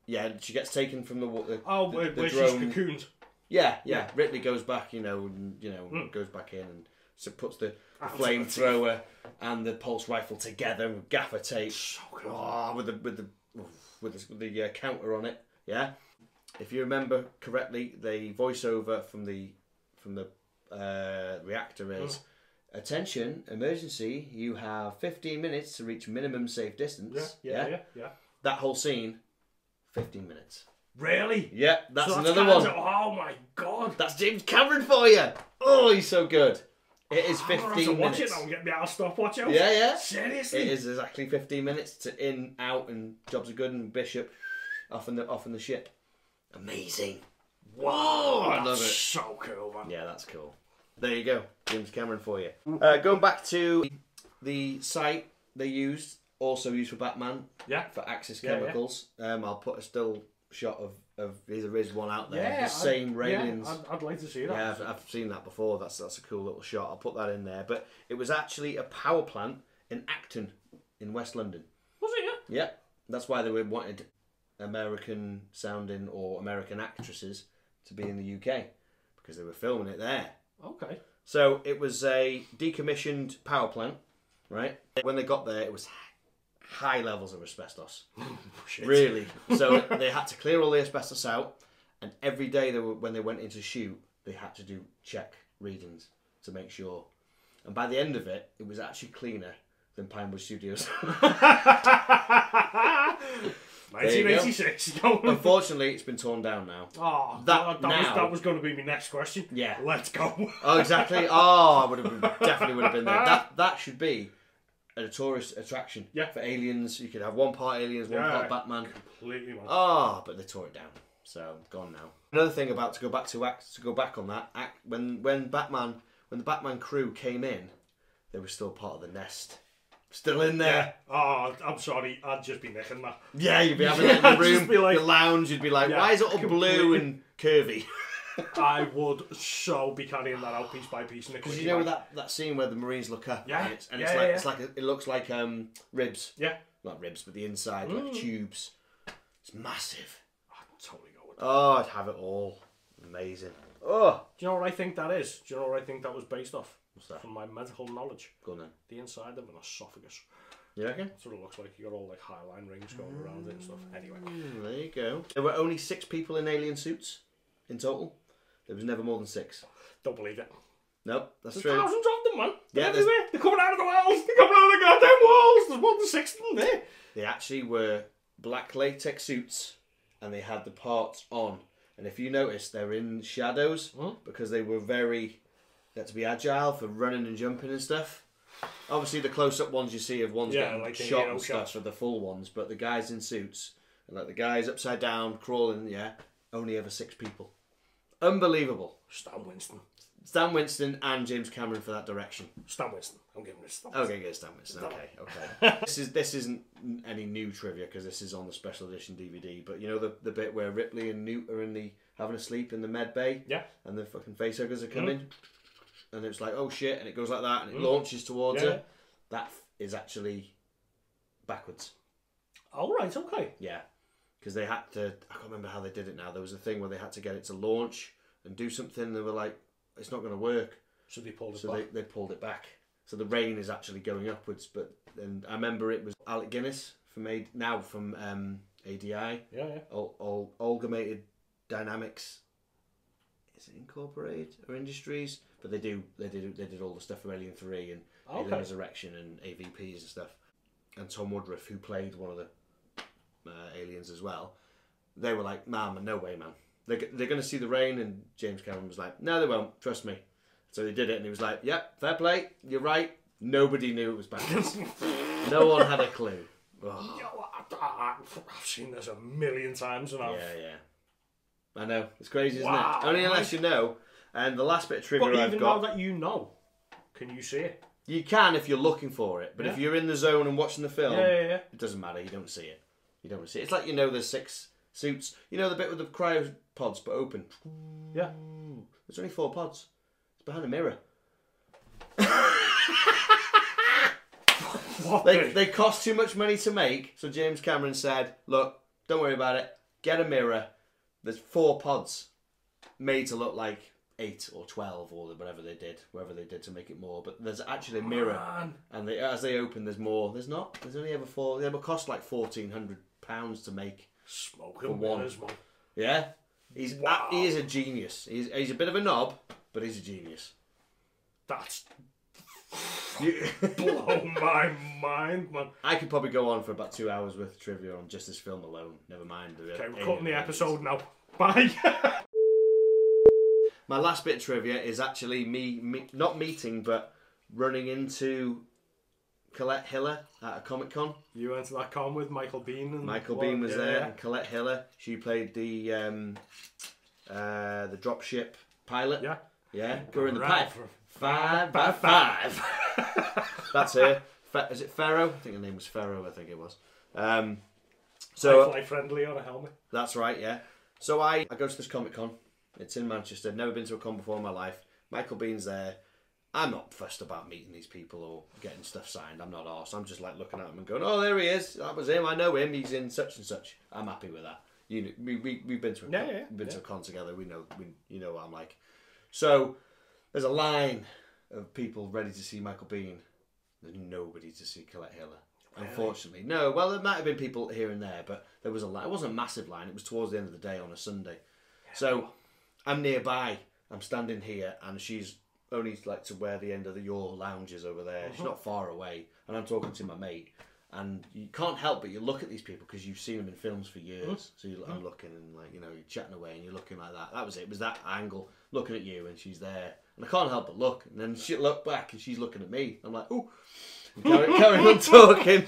S1: Yeah, and she gets taken from the wa- the,
S3: Oh,
S1: the,
S3: where,
S1: the
S3: where she's
S1: drone.
S3: cocooned.
S1: Yeah, yeah, Ripley goes back, you know, and, you know,
S3: Hmm.
S1: goes back in and so puts the, the flamethrower and the pulse rifle together with gaffer tape.
S3: Oh,
S1: Ah, with the with the with the, with the uh, counter on it. Yeah, if you remember correctly, the voiceover from the from the uh, reactor is.
S3: Hmm.
S1: Attention, emergency, you have 15 minutes to reach minimum safe distance.
S3: Yeah, yeah, yeah.
S1: That whole scene, 15 minutes.
S3: Really?
S1: Yeah, that's,
S3: So
S1: another
S3: kinda-
S1: one.
S3: Oh my god.
S1: That's James Cameron for you. Oh, he's so good. It
S3: *sighs*
S1: is
S3: I'm gonna have to
S1: 15
S3: watch
S1: minutes.
S3: it now and get me out of stopwatch out.
S1: Yeah, yeah.
S3: Seriously?
S1: It is exactly 15 minutes to in, out, and jobs are good, and Bishop off in the off in the ship. Amazing.
S3: Wow,
S1: I
S3: that's
S1: love it.
S3: so cool, man.
S1: Yeah, that's cool. There you go, James Cameron for you.
S3: Mm.
S1: Uh, going back to the site they used, also used for Batman
S3: Yeah.
S1: for Axis
S3: Yeah, yeah.
S1: Chemicals. Um, I'll put a still shot of of there is one out there.
S3: Yeah,
S1: the same
S3: I'd, yeah,
S1: railings.
S3: I'd, I'd like to see that.
S1: Yeah, I've, I've seen that before. That's that's a cool little shot. I'll put that in there. But it was actually a power plant in Acton, in West London.
S3: Was it, yeah?
S1: Yep, that's why they were wanted American sounding or American actresses to be in the UK because they were filming it there.
S3: Okay.
S1: So it was a decommissioned power plant, right? When they got there, it was high levels of asbestos.
S3: *laughs*
S1: *laughs*
S3: Shit.
S1: Really. So they had to clear all the asbestos out, and every day they were, when they went into shoot, they had to do check readings to make sure. And by the end of it, it was actually cleaner than Pinewood Studios. *laughs*
S3: *laughs* 1986. Oh,
S1: Unfortunately, it's been torn down now.
S3: God,
S1: That
S3: oh, that, was,
S1: now-
S3: that was going to be my next question.
S1: Yeah.
S3: Let's go.
S1: Oh, *laughs* exactly. Oh, I would have been, definitely would have been there. That that should be a tourist attraction.
S3: Yeah.
S1: For aliens, you could have one part aliens, one
S3: Yeah.
S1: part Batman.
S3: Completely, man.
S1: Ah, but they tore it down. So gone now. Another thing about to go back to act to go back on that act when when Batman when the Batman crew came in, they were still part of the nest, still in
S3: Yeah.
S1: there.
S3: Oh, I'm sorry. I'd just be nicking
S1: *laughs*
S3: that.
S1: Yeah, you'd be
S3: *laughs*
S1: having it in the
S3: I'd just
S1: room,
S3: be like-
S1: the lounge. You'd be like,
S3: Yeah,
S1: why is it all blue
S3: completely.
S1: and
S3: *laughs*
S1: curvy?
S3: I would so be carrying that out piece by piece.
S1: Because you know that, that scene where the Marines look up,
S3: Yeah.
S1: and it's, and
S3: Yeah,
S1: it's
S3: yeah,
S1: like
S3: yeah.
S1: it's like a- it looks like um ribs,
S3: Yeah.
S1: not ribs, but the inside like
S3: Mm.
S1: tubes. It's massive.
S3: I'd totally go with that.
S1: Oh, I'd have it all. Amazing. Oh,
S3: Do you know what I think that is? Do you know what I think that was based off?
S1: what's that?
S3: From my medical knowledge,
S1: Go on then.
S3: the inside of an esophagus.
S1: You reckon?
S3: Sort of looks like you got all like highline rings going around it and stuff. Anyway,
S1: Hmm, there you go. There were only six people in alien suits in total. There was never more than six.
S3: don't believe it.
S1: Nope, that's
S3: Thousands
S1: true.
S3: of them, man. They're
S1: Yeah, there's-
S3: everywhere. They're coming out of the walls. They're coming out of the goddamn walls. There's one to six of them there.
S1: They actually were black latex suits, and they had the parts on. And if you notice, they're in shadows
S3: Hmm?
S1: because they were very they had to be agile for running and jumping and stuff. Obviously, the close-up ones you see of ones
S3: Yeah,
S1: getting
S3: like the
S1: shot
S3: hero
S1: and stuff
S3: shots.
S1: are the full ones, but the guys in suits and like the guys upside down crawling, yeah, only ever six people. Unbelievable.
S3: Stan Winston.
S1: Stan Winston and James Cameron for that direction. Oh,
S3: Stan Winston. I'm giving it Stan.
S1: Okay, good. Stan Winston. Okay,
S3: *laughs*
S1: okay. this is this isn't any new trivia because this is on the special edition DVD. But you know the the bit where Ripley and Newt are in the having a sleep in the med bay.
S3: Yeah. Mm.
S1: And the fucking facehuggers are coming, and it's like oh shit, and it goes like that, and it launches towards
S3: Yeah.
S1: her. That f- is actually backwards.
S3: All right. Okay.
S1: Yeah. Because they had to. I can't remember how they did it now. There was a thing where they had to get it to launch and do something. and They were like, it's not going to work.
S3: So they pulled it
S1: So
S3: back.
S1: they, they pulled it back. So the rain is actually going upwards. But and I remember it was Alec Guinness from A now from um, ADI,
S3: Yeah, yeah.
S1: Ol- Ol- Olgamated Dynamics. Is it Incorporated or Industries? But they do they did they did all the stuff from Alien Three and
S3: Okay.
S1: Alien Resurrection and AVPs and stuff. And Tom Woodruff, who played one of the uh, aliens as well, they were like, "Man, no way, man! They're, g- they're going to see the rain." And James Cameron was like, "No, they won't. Trust me." So they did it, and he was like, "Yep, fair play. You're right. Nobody knew it was
S3: *laughs*
S1: backwards. no one had a clue." Oh,
S3: You know, I, I, I've seen this a million times, and I've.
S1: yeah, yeah. I know it's crazy, isn't
S3: Wow.
S1: it? Only unless you know. And the last bit of trivia
S3: But
S1: I've
S3: even now
S1: got,
S3: that you know, can you see it?
S1: you can if you're looking for it, but if
S3: Yeah.
S1: you're in the zone and watching the film,
S3: Yeah, yeah, yeah.
S1: It doesn't matter. You don't see it. You don't see it. It's like you know the six suits. You know the bit with the cryopods but open.
S3: Yeah.
S1: There's only four pods. It's behind a mirror.
S3: What
S1: They,
S3: the-
S1: they cost too much money to make, so James Cameron said, "Look, don't worry about it. Get a mirror. There's four pods made to look like eight or twelve or whatever they did, whatever they did to make it more. But there's actually a mirror,
S3: Man.
S1: and they, as they open, there's more. There's not. There's only ever four. They were cost like fourteen hundred pounds to make.
S3: Smoking
S1: one.
S3: winners, man.
S1: Yeah, he's uh,
S3: Wow.
S1: he is a genius. He's he's a bit of a knob, but he's a genius.
S3: That's *laughs*
S1: You- *laughs*
S3: blow my mind, man.
S1: I could probably go on for about two hours worth of trivia on just this film alone. Never mind. The
S3: Okay, we're
S1: alien
S3: cutting the
S1: aliens.
S3: episode now. Bye. *laughs*
S1: My last bit of trivia is actually me, me not meeting, but running into Colette Hiller at a Comic Con.
S3: you went to that con with Michael Bean and
S1: Michael
S3: well,
S1: Bean was
S3: yeah,
S1: there,
S3: yeah.
S1: and Colette Hiller. She played the um, uh, the dropship pilot.
S3: Yeah.
S1: Yeah, we're in the
S3: Round
S1: pipe.
S3: for
S1: Five by five. That's her. Fa- is it Pharaoh? I think her name was Pharaoh. I think it was. Um, so
S3: Fly friendly on a helmet. *laughs*
S1: that's right. Yeah. So I, I go to this comic con. It's in Manchester. I've never been to a con before in my life. Michael Bean's there. I'm not fussed about meeting these people or getting stuff signed. I'm not arsed. I'm just like looking at him and going, "Oh, there he is. That was him. I know him. He's in such and such." I'm happy with that. You know, we we we've been to a
S3: Yeah,
S1: con,
S3: yeah,
S1: been to
S3: yeah.
S1: a con together. We know we, you know what I'm like. So there's a line of people ready to see Michael Bean. There's nobody to see Colette Hiller. Unfortunately, no. Well, there might have been people here and there, but there was a line. It wasn't a massive line. It was towards the end of the day on a Sunday. So I'm nearby. I'm standing here, and she's only like to where the end of the, your lounge is over there. She's not far away, and I'm talking to my mate. And you can't help but you look at these people because you've seen them in films for years. So you, I'm looking and like you know you're chatting away and you're looking like that. That was it. it. Was that angle looking at you and she's there, and I can't help but look. And then she looked back and she's looking at me. I'm like, oh, Carry, carry on talking,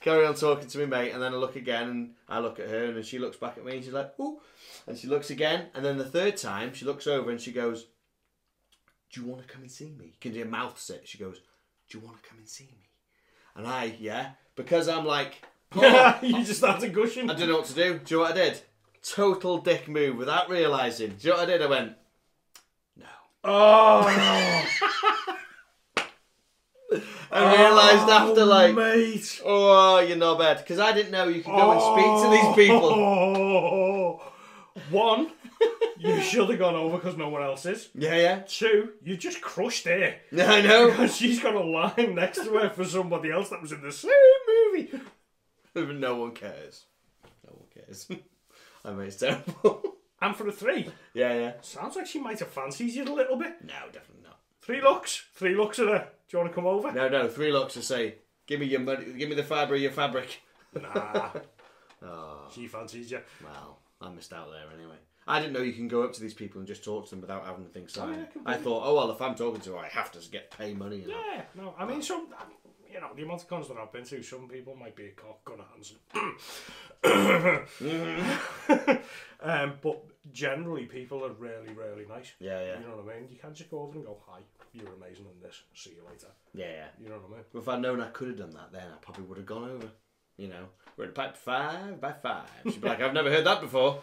S1: carry on talking to me, mate. And then I look again, and I look at her, and then she looks back at me, and she's like, "Ooh," and she looks again, and then the third time she looks over and she goes, "Do you want to come and see me?" Can your mouth sit? She goes, "Do you want to come and see me?" And I, yeah, because I'm like, "Oh,
S3: *laughs* you just started gushing.
S1: I didn't know what to do. Do you know what I did? Total dick move without realizing. Do you know what I did? I went, "No," *laughs*
S3: Oh,
S1: and realized after like.
S3: mate.
S1: Oh, you knobhead. Because I didn't know you could go and speak to these people.
S3: *laughs* people. Oh. *laughs* One, you should have gone over because no one else is.
S1: Yeah, yeah.
S3: Two, you just crushed her. *laughs*
S1: Yeah, *laughs* I know.
S3: And she's got a line next to her for somebody else that was in the same movie.
S1: no one cares. No one cares. *laughs* I mean, it's terrible. *laughs*
S3: And for a three,
S1: yeah, yeah.
S3: sounds like she might have fancies you a little bit.
S1: No, definitely not.
S3: Three looks, three looks at her. Do you want to come over?
S1: No, no. Three locks to say, give me your money, give me the fibre of your fabric.
S3: Nah. She fancies you.
S1: Well, I missed out there anyway. I didn't know you can go up to these people and just talk to them without having the thing signed. I thought, oh well, if I'm talking to her, I have to get pay money. And that.
S3: Yeah, no, I mean, some, you know, the amount of cons that I've been to, some people might be a cock, Gunnar Hansen.
S1: Mm-hmm.
S3: *laughs* um, but generally, people are really, really nice.
S1: Yeah, yeah.
S3: You know what I mean? You can't just go over and go, hi, you're amazing in this, see you later.
S1: yeah, yeah.
S3: You know what I mean?
S1: If I'd known I could have done that, then I probably would have gone over. You know, we're at pipe five by five. She'd be like, I've never heard that before.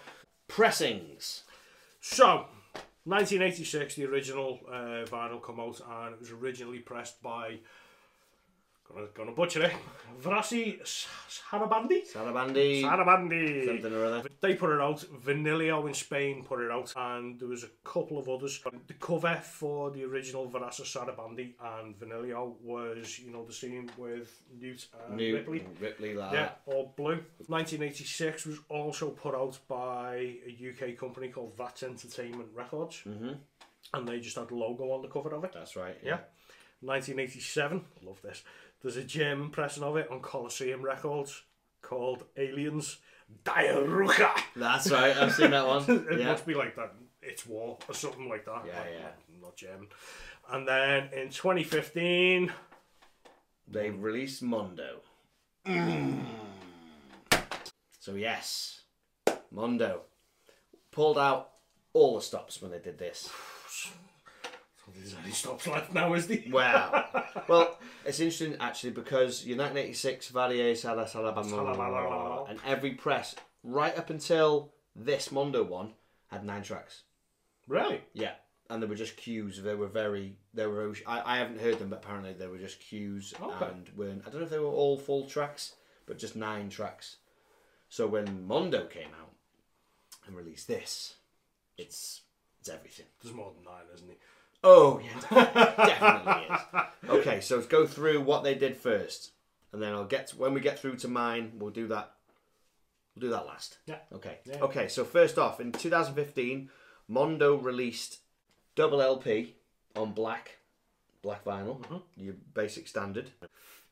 S1: Pressings.
S3: So, 1986, the original uh, vinyl come out, and it was originally pressed by, gonna, gonna butcher it, Vrasi S- Sarabandi?
S1: Sarabandi.
S3: Sarabandi!
S1: something or other.
S3: They put it out. Vanilio in Spain put it out, and there was a couple of others. Um, The cover for the original Vanessa Sarabandi and Vanilio was, you know, the scene with Newt Ah. and
S1: New
S3: Ripley.
S1: Ripley like
S3: Yeah,
S1: that.
S3: all blue. 1986 was also put out by a UK company called VAT Entertainment Records, mm-hmm. and they just had the logo on the cover of it.
S1: That's right.
S3: Yeah. 1987, love this. There's a German pressing of it on Coliseum Records called Aliens Diarucha.
S1: That's right. I've seen that one.
S3: *laughs* It
S1: Yeah.
S3: must be like that. It's war or something like that.
S1: Yeah,
S3: Like,
S1: yeah.
S3: Not German. And then in 2015,
S1: They released Mondo.
S3: Mm.
S1: So yes, Mondo pulled out all the stops when they did this.
S3: there's only stops left now, is there?
S1: Wow.
S3: *laughs*
S1: well, it's interesting actually because in 1986, Valier Sala Sala Bam-
S3: Salabalala.
S1: and every press right up until this Mondo one had nine tracks.
S3: Really?
S1: Yeah, and they were just cues. They were very. They were. I, I haven't heard them, but apparently they were just cues
S3: Okay.
S1: and weren't. I don't know if they were all full tracks, but just nine tracks. So when Mondo came out and released this, it's it's everything.
S3: There's more than nine, isn't there?
S1: Oh yeah, definitely, *laughs* definitely is. Okay, so let's go through what they did first, and then I'll get when we get through to mine, we'll do that. We'll do that last.
S3: Yeah.
S1: Okay. Okay. So first off, in 2015, Mondo released double LP on black, black vinyl,
S3: Mm-hmm.
S1: your basic standard.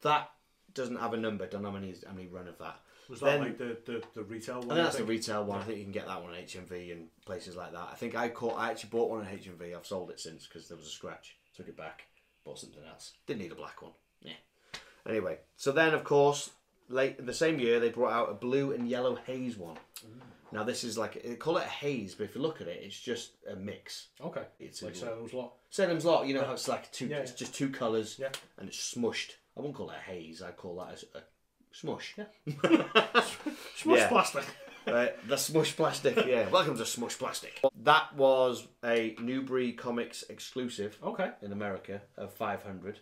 S1: That doesn't have a number. Don't know how many how many run of that.
S3: Was that
S1: Then-
S3: like the, the, the retail one?
S1: I think that's the
S3: thing?
S1: retail one. I think you can get that one on HMV and places like that. I think I caught. I actually bought one on HMV. I've sold it since because there was a scratch. Took it back. Bought something else. Didn't need a black one. Yeah. Anyway, so then of course, late the same year they brought out a blue and yellow haze one. Now this is like they call it a haze, but if you look at it, it's just a mix.
S3: Okay.
S1: It's
S3: It's like
S1: a-
S3: Salem's Lot.
S1: Salem's Lot, you know how it's like two,
S3: Yeah,
S1: it's
S3: yeah.
S1: just two colours,
S3: Yeah.
S1: and it's smushed. I wouldn't call it a haze. I'd call that a, a smush. *laughs*
S3: Smush
S1: Yeah.
S3: plastic.
S1: *laughs* Uh, the smush plastic, yeah. Welcome to smush plastic. That was a Newbury Comics exclusive
S3: Okay.
S1: in America of 500.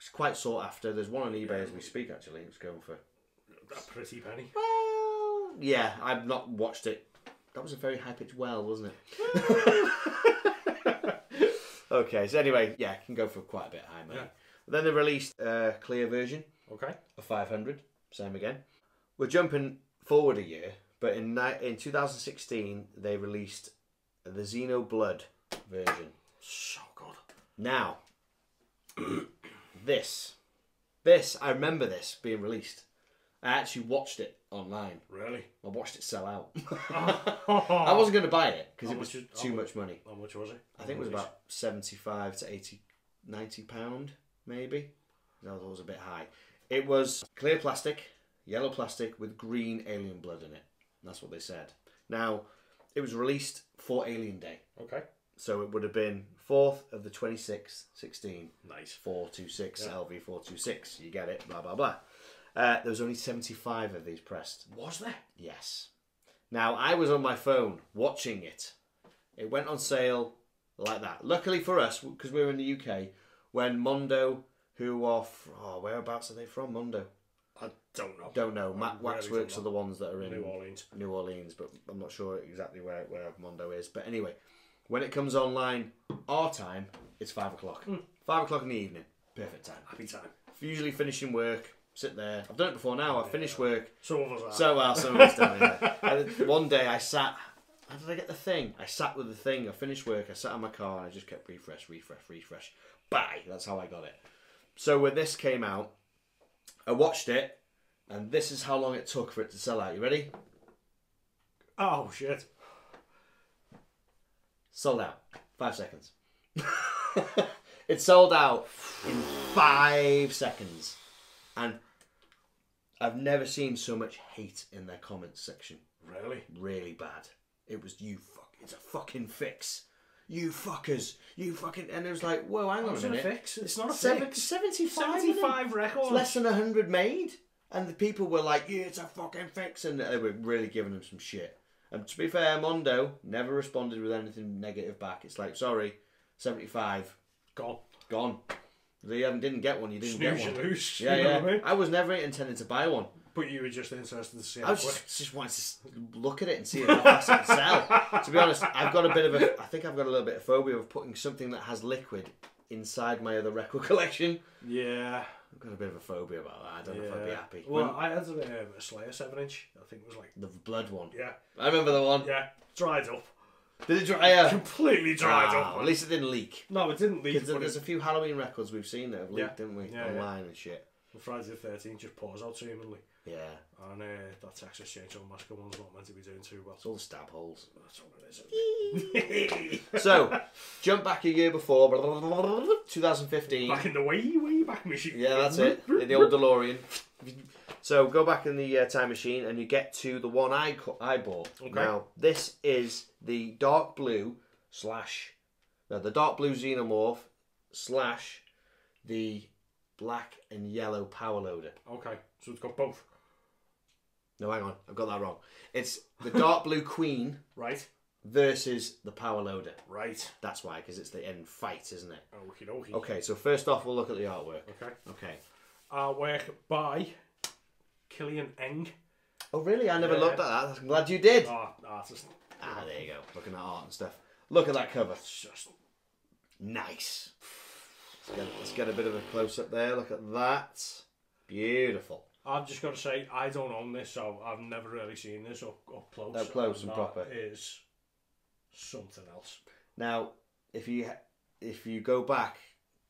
S1: It's quite sought after. There's one on eBay as we speak, actually. It's going for.
S3: A pretty penny.
S1: Well, yeah, I've not watched it. That was a very high pitched well, wasn't it? *laughs* okay, so anyway, yeah, it can go for quite a bit high money.
S3: Yeah.
S1: Then they released a clear version
S3: Okay.
S1: of 500, same again. We're jumping forward a year, but in ni- in 2016 they released the Xeno Blood version.
S3: So good.
S1: Now, this, this I remember this being released. I actually watched it online.
S3: Really?
S1: I watched it sell out. *laughs* I wasn't going to buy it because it was
S3: much is-
S1: too
S3: how
S1: much money.
S3: How much was it?
S1: I think it was about 75 to 80, 90 pound maybe. I thought it was a bit high. It was clear plastic, yellow plastic with green alien blood in it. That's what they said. Now, it was released for Alien Day,
S3: Okay.
S1: so it would have been fourth of the 26th, 16,
S3: Nice.
S1: 426, LV 426. You get it, blah blah blah. Uh, there was only 75 of these pressed.
S3: Was there?
S1: Yes. Now I was on my phone watching it. It went on sale like that. Luckily for us, because we were in the UK, when Mondo, who are f- oh, whereabouts are they from? Mondo,
S3: I don't know.
S1: don't know. Ma-
S3: really
S1: Waxworks
S3: don't
S1: are the ones that are in
S3: New Orleans.
S1: New Orleans, but I'm not sure exactly where, where Mondo is. But anyway, when it comes online, our time, it's five o'clock.
S3: Hmm.
S1: Five o'clock in the evening, perfect time.
S3: Happy time.
S1: Usually finishing work, sit there. I've done it before now. I finish work,
S3: Some of us are.
S1: so uh, well, some of us down there. And one day I sat. How did I get the thing? I sat with the thing. I finished work. I sat in my car and I just kept refresh, refresh, refresh. Bye. That's how I got it. So when this came out, I watched it, and this is how long it took for it to sell out. You ready?
S3: oh shit.
S1: Sold out. Five seconds. *laughs* it sold out in five seconds, and I've never seen so much hate in their comments section.
S3: Really?
S1: really bad. It was you fuck. It's a fucking fix. You fuckers. You fucking. And it was like, whoa, hang on
S3: It's
S1: a
S3: not a
S1: minute.
S3: fix. It's not a
S1: Seven-
S3: fix.
S1: 75, of them.
S3: 75
S1: It's
S3: records.
S1: less than hundred made, and the people were like, yeah, it's a fucking fix, and they were really giving them some shit. And to be fair, Mondo never responded with anything negative back. It's like, sorry, seventy-five
S3: Gone.
S1: gone. They haven't didn't get one. You didn't
S3: Snooze
S1: get
S3: you
S1: one.
S3: lose.
S1: Yeah,
S3: you know what I
S1: yeah.
S3: mean?
S1: I was never intending to buy one.
S3: But you were just interested to see
S1: I
S3: how
S1: was
S3: quick.
S1: just, just wanted to s- look at it and see how fast it can sell. To be honest, I've got a bit of a, I think I've got a little bit of phobia of putting something that has liquid inside my other record collection.
S3: Yeah.
S1: I've got a bit of a phobia about that. I don't know if I'd be
S3: yeah.
S1: happy.
S3: Well,
S1: When-
S3: I had a, um, a Slayer 7 inch. I think it was like,
S1: the blood one.
S3: yeah.
S1: I remember the one.
S3: Yeah. Dried *laughs* up.
S1: Did it dry out?
S3: Completely dried
S1: Ah,
S3: up.
S1: at least it didn't leak.
S3: No, it didn't leak.
S1: Because
S3: But
S1: there's
S3: it,
S1: a few Halloween records we've seen that have leaked,
S3: Yeah.
S1: didn't we?
S3: Yeah, yeah.
S1: Online and shit.
S3: Friday the 13th just pours out seemingly.
S1: Yeah.
S3: And uh, that Texas Chainsaw Massacre one's not meant to be doing too well.
S1: It's all the stab holes.
S3: That's what it is. isn't *laughs* it?
S1: So, jump back a year before, 2015.
S3: back in the way, way back machine.
S1: Yeah, that's
S3: *laughs*
S1: it. In the old DeLorean. So go back in the uh, time machine and you get to the one I co- I bought. Now this is the dark blue slash no, the dark blue xenomorph slash the black and yellow power loader.
S3: Okay, so it's got both.
S1: No, hang on, I've got that wrong. It's the dark blue queen
S3: Right,
S1: versus the power loader.
S3: right.
S1: That's why, because it's the end fight, isn't it?
S3: Okie dokie.
S1: Okay, so first off, we'll look at the artwork.
S3: Okay.
S1: Okay.
S3: Artwork by Killian Eng.
S1: Oh, really? I never
S3: Yeah. Oh,
S1: looked at that. I'm glad you did.
S3: Art, artist.
S1: Ah, there you go. Looking at art and stuff. Look at that cover.
S3: It's just
S1: Nice. Let's get, let's get a bit of a close up there. Look at that. Beautiful.
S3: I've just got to say, I don't own this, so I've never really seen this up, up close.
S1: Up close and
S3: that
S1: proper.
S3: is something else.
S1: Now, if you if you go back,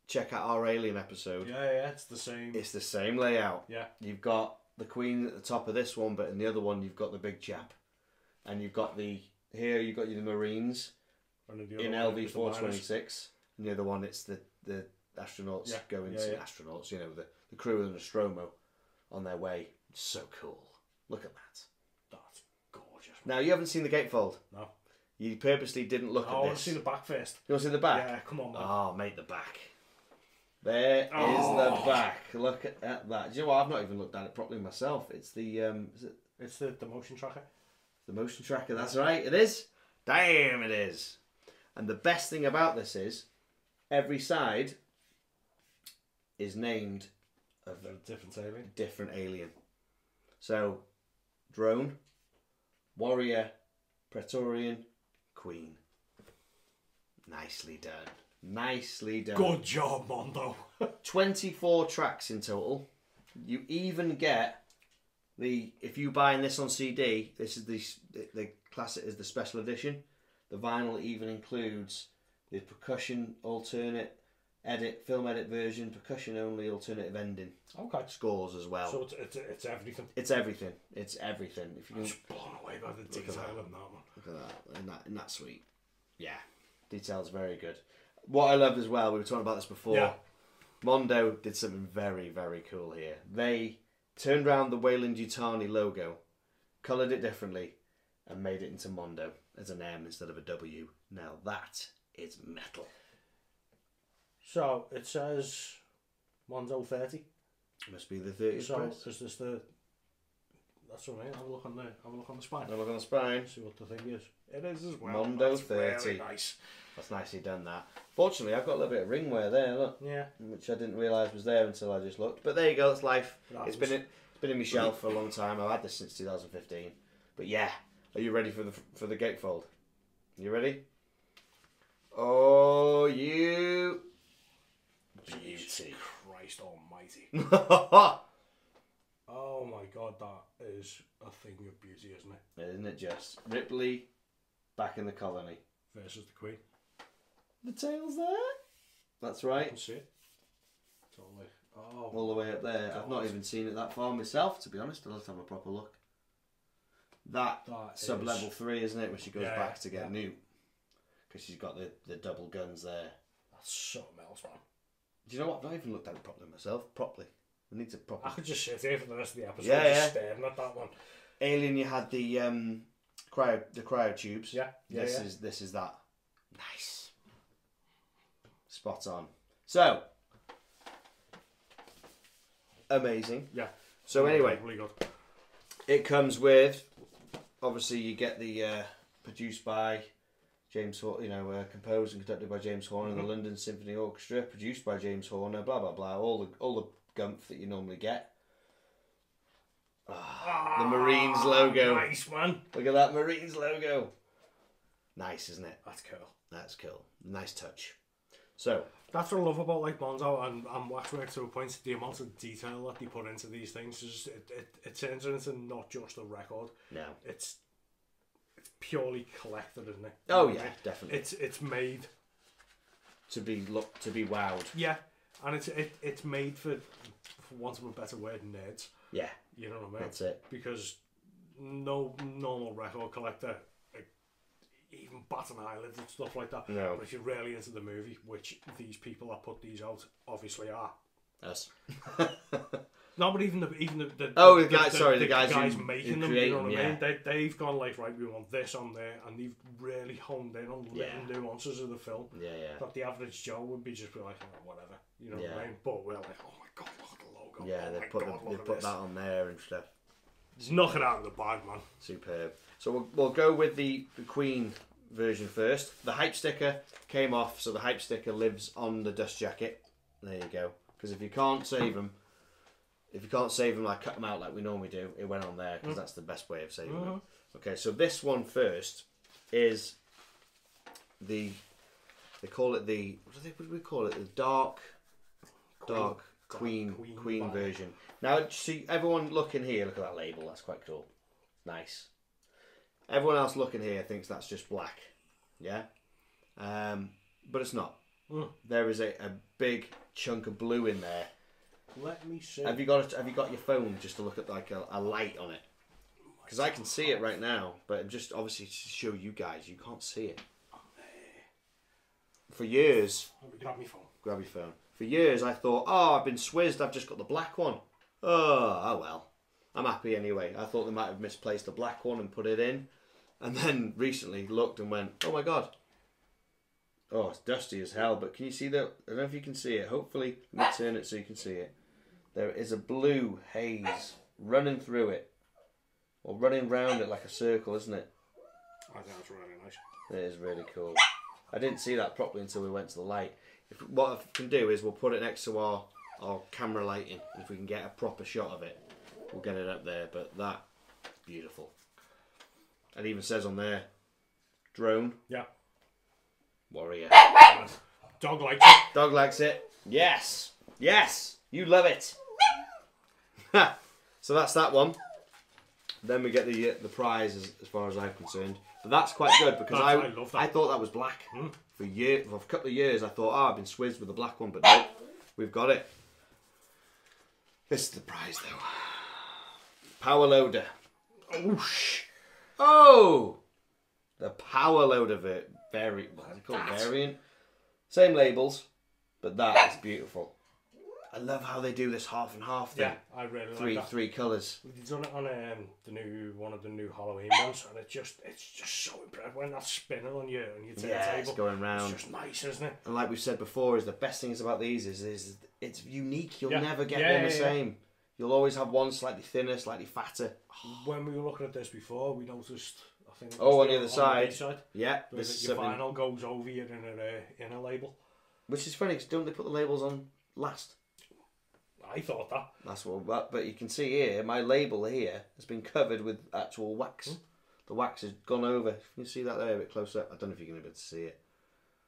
S1: check out our Alien episode.
S3: Yeah, yeah, it's the same.
S1: It's the same layout.
S3: yeah,
S1: You've got the Queen at the top of this one, but in the other one you've got the big chap, and you've got the here you've got the Marines
S3: and the other
S1: in
S3: one
S1: LV
S3: is the minus.
S1: four twenty six. And the other one it's the the astronauts
S3: Yeah,
S1: going
S3: yeah,
S1: to
S3: yeah.
S1: astronauts. You know the the crew and the Nostromo on their way. So cool. Look at that.
S3: That's gorgeous.
S1: Now you haven't seen the gatefold.
S3: No.
S1: You purposely didn't look
S3: Oh, I
S1: at
S3: want
S1: this.
S3: to see the back first.
S1: You want to see the back?
S3: Yeah, come on, man.
S1: Oh, mate, the back. There is
S3: Oh.
S1: the back. Look at, at that. Do you know what? I've not even looked at it properly myself. It's the um, is it
S3: It's the, the motion tracker.
S1: the motion tracker. That's right. It is. Damn, it is. And the best thing about this is, every side is named a
S3: They're different alien.
S1: different alien. So, drone, warrior, Praetorian, queen. Nicely done. Nicely done.
S3: Good job, Mondo. *laughs*
S1: 24 tracks in total. You even get the if you buying this on CD, this is the the classic is the special edition. The vinyl even includes the percussion alternate edit, film edit version, percussion only alternative ending
S3: okay.
S1: scores as well.
S3: So it's, it's, it's everything.
S1: It's everything. It's everything. If you can
S3: Just blown away by the detail in that one.
S1: look at that, and that, and that's sweet. Yeah, details very good. What I love as well, we were talking about this before.
S3: Yeah.
S1: Mondo did something very, very cool here. They turned round the Wayland Yutani logo, coloured it differently, and made it into Mondo as an M instead of a W. Now that is metal.
S3: So it says Mondo 30.
S1: must be the 30th
S3: So
S1: press.
S3: is this the. That's what I mean. Have a look on the, have a look on the spine.
S1: Have a look on the spine.
S3: See what the thing is. It is as well.
S1: Mondo
S3: That's very
S1: 30.
S3: nice.
S1: That's nicely done, that. Fortunately, I've got a little bit of ring wear there, look,
S3: Yeah.
S1: which I didn't realise was there until I just looked. But there you go, that's life.
S3: That
S1: it's
S3: was-
S1: been in, it's been in *clears throat* my shelf for a long time. I've had this since 2015. But yeah, are you ready for the for the gatefold? You ready? Oh, you *laughs* beauty!
S3: Christ almighty.
S1: Isn't
S3: Oh my god, that is a thing of beauty, isn't it?
S1: it just Ripley back in the colony?
S3: Versus the Queen.
S1: The tail's there. That's right.
S3: can see it. Totally. Oh,
S1: all the way up there. I've not even seen it that far myself, to be honest. I'll have to have a proper look. That,
S3: That
S1: sub
S3: is-
S1: level three, isn't it? Where she goes
S3: Yeah,
S1: back
S3: yeah,
S1: to get new, because she's got the, the double guns there.
S3: that's something else, man.
S1: Do you know what? I've not even looked at it properly myself. Properly, I need to
S3: I
S1: properly.
S3: could just sit here for the rest of the episode
S1: Yeah,
S3: just
S1: yeah.
S3: staring at that one.
S1: Alien, you had the um cryo the cryo tubes.
S3: Yeah, yeah,
S1: This
S3: yeah.
S1: is this is that. Nice. Spot on. So amazing.
S3: Yeah.
S1: So anyway,
S3: Really good.
S1: It comes with, obviously, you get the uh, produced by James, Hor- you know, uh, composed and conducted by James Horner,
S3: Mm-hmm.
S1: the London Symphony Orchestra, produced by James Horner, blah blah blah, all the all the gumph that you normally get. Ah, the Marines logo.
S3: Nice, man.
S1: Look at that Marines logo. Nice, isn't it?
S3: That's cool.
S1: That's cool. Nice touch. So
S3: That's what I love about like Bonzo and, and Waxwork to a point. The amount of detail that they put into these things is it, it, it turns it into not just a record.
S1: now,
S3: It's it's purely collected, isn't it?
S1: oh yeah, definitely
S3: It's it's made
S1: to be look to be wowed.
S3: yeah, and it's it, it's made for for want of a better word, nerds.
S1: Yeah,
S3: You know what I mean?
S1: that's it.
S3: because no normal record collector, like, even bats an eyelid and stuff like that.
S1: No.
S3: But if you're really into the movie, which these people that put these out obviously are.
S1: Us.
S3: No, but even the even the, the
S1: Oh, the guy- sorry, the guys who- who
S3: making them.
S1: create
S3: You know what I
S1: them,
S3: mean? They they've gone like right, we want this on there, and they've really honed in on little
S1: Yeah.
S3: nuances of the film.
S1: Yeah, yeah,
S3: That the average Joe would be just be like, oh, whatever, you know what
S1: Yeah.
S3: I mean? But we're like, oh my god, look at the logo.
S1: yeah.
S3: oh
S1: They
S3: my
S1: put
S3: god,
S1: the, they
S3: look at
S1: put
S3: this.
S1: that on there and stuff.
S3: Just knock it out of the bag, man.
S1: Superb. So we'll, we'll go with the, the Queen version first. The hype sticker came off, so the hype sticker lives on the dust jacket. There you go. Because if you can't save them, if you can't save them, like cut them out like we normally do, it went on there because that's the best way of saving them. Okay, so this one first is the they call it the what do they what do we call it the dark dark queen queen,
S3: Queen vibe.
S1: version. Now see everyone looking here. Look at that label. That's quite cool. Nice. Everyone else looking here thinks that's just black. Yeah. Um, but it's not. There is a, a big chunk of blue in there.
S3: Let me see.
S1: Have you got a, have you got your phone just to look at like a, a light on it? Because I can see it right now, but I'm just obviously to show you guys, you can't see it. For years,
S3: Grab me phone.
S1: grab your phone. For years, I thought, oh, I've been swizzed. I've just got the black one. Oh, oh well. I'm happy anyway. I thought they might have misplaced the black one and put it in, and then *laughs* recently looked and went, oh my god. Oh, it's dusty as hell. But can you see that? I don't know if you can see it. Hopefully, let me turn it so you can see it. There is a blue haze running through it, or running round it like a circle, isn't it?
S3: I think that's really nice.
S1: It is really cool. I didn't see that properly until we went to the light. If, what I can do is we'll put it next to our, our camera lighting. If we can get a proper shot of it, we'll get it up there. But that beautiful. It even says on there, drone
S3: Yeah.
S1: warrior.
S3: Dog likes it.
S1: *laughs* Dog likes it. Yes, yes, you love it. so that's that one. Then we get the uh, the prize as, as far as I'm concerned. But that's quite good because I
S3: I love that. Hmm.
S1: I thought that was black for year for a couple of years. I thought oh I've been swizzed with the black one, but no, we've got it. This is the prize though. Power loader. Oosh. Oh, the power loader ver- variant. What is it called? Variant. Same labels, but that is beautiful. I love how they do this half and half thing.
S3: Yeah, I really
S1: Three
S3: like that.
S1: three colours.
S3: They've done it on um, the new one of the new Halloween ones, and it's just it's just so impressive when that's spinning on you on your
S1: Yeah, it's
S3: turntable.
S1: going round.
S3: It's just nice, isn't it?
S1: And like we've said before, is the best things about these is is it's unique. You'll
S3: Yeah.
S1: never get
S3: Yeah,
S1: one the
S3: yeah, yeah.
S1: same. You'll always have one slightly thinner, slightly fatter.
S3: When we were looking at this before, we noticed I think it
S1: Oh,
S3: was
S1: on the other
S3: right
S1: side. Yeah,
S3: where
S1: this
S3: the-
S1: is
S3: your
S1: something
S3: vinyl goes over your inner uh, inner label.
S1: which is funny because don't they put the labels on last?
S3: I thought that.
S1: That's what. But, but you can see here, my label here has been covered with actual wax.
S3: Hmm.
S1: The wax has gone over. You can see that there a bit closer. I don't know if you're going to be able to see it.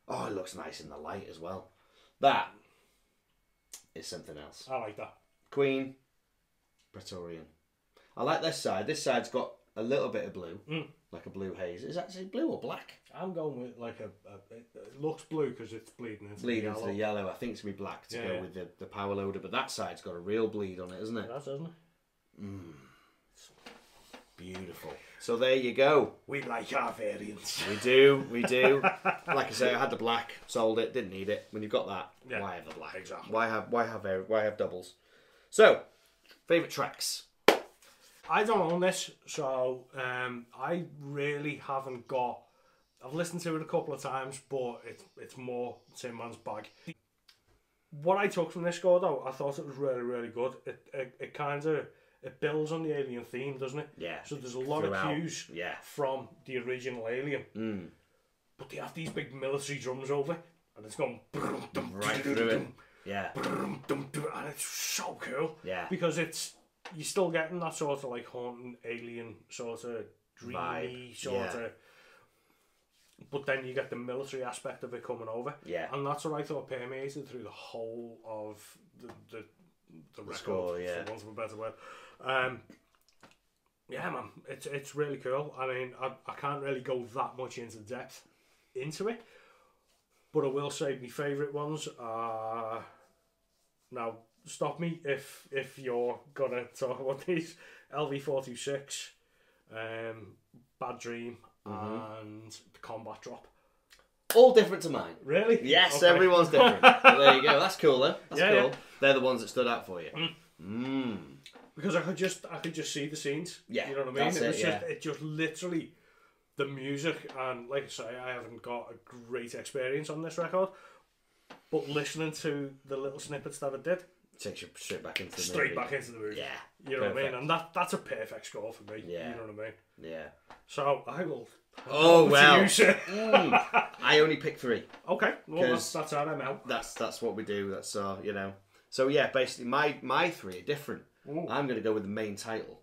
S1: Oh, it looks nice in the light as well. That is something else.
S3: I like that.
S1: Queen, Praetorian. I like this side. This side's got a little bit of blue,
S3: Hmm.
S1: like a blue haze. Is that actually blue or black?
S3: I'm going with like a, a it it looks blue because it's bleeding into
S1: Bleed
S3: the
S1: into
S3: yellow.
S1: the yellow. I think it's going to be black to
S3: Yeah,
S1: go
S3: yeah.
S1: with the, the power loader, but that side's got a real bleed on it, isn't it?
S3: That's isn't it?
S1: Mm. Beautiful. So there you go.
S3: We like our variants.
S1: We do, we
S3: *laughs*
S1: do. like I say, I had the black, sold it, didn't need it. When you've got that,
S3: Yeah,
S1: why have the black?
S3: exactly.
S1: Why have why have air- why have doubles? So, favorite tracks.
S3: I don't own this, so um, I really haven't got. I've listened to it a couple of times, but it's it's more Tin Man's bag. What I took from this score, though, I thought it was really really good. It it, it kind of it builds on the Alien theme, doesn't it?
S1: Yeah,
S3: So there's a lot
S1: throughout,
S3: of cues
S1: yeah. Mm.
S3: from the original Alien, but they have these big military drums over, and it's going
S1: Right through it. Yeah,
S3: dum, dum, dum, and it's so cool.
S1: Yeah.
S3: Because it's you're still getting that sort of like haunting alien sort of dreamy
S1: Vibe,
S3: sort
S1: yeah.
S3: of. But then you get the military aspect of it coming over.
S1: Yeah.
S3: And that's what I thought permeated through the whole of the the, the record,
S1: score, yeah.
S3: for want of a better word. Um, yeah, man, it's it's really cool. I mean, I, I can't really go that much into depth into it, but I will say my favourite ones are. Now, stop me if if you're gonna talk about *laughs* these. LV four two six, um, Bad Dream,
S1: Mm-hmm.
S3: and the Combat Drop.
S1: all different to mine.
S3: Really?
S1: Yes,
S3: Okay.
S1: everyone's
S3: *laughs*
S1: different. But there you go. That's cool though. That's
S3: Yeah, Mm.
S1: cool.
S3: yeah.
S1: They're the ones that stood out for you.
S3: because I could just I could just see the scenes.
S1: Yeah,
S3: you know what I mean.
S1: that's
S3: it
S1: it,
S3: was just
S1: yeah.
S3: it just literally the music and like I say, I haven't got a great experience on this record, but listening to the little snippets that I did,
S1: Takes you straight back into the movie.
S3: straight back into the movie.
S1: Yeah,
S3: you know what I
S1: perfect.
S3: mean. And that that's a perfect score for me.
S1: Yeah.
S3: you know what I mean.
S1: Yeah.
S3: So I will.
S1: Oh well.
S3: you, *laughs* sir.
S1: Mm. I only picked three.
S3: Okay, well that's
S1: 'Cause-
S3: that's how I'm out.
S1: that's that's what we do. That's our, you know. So yeah, basically, my my three are different. I'm going to go with the main title.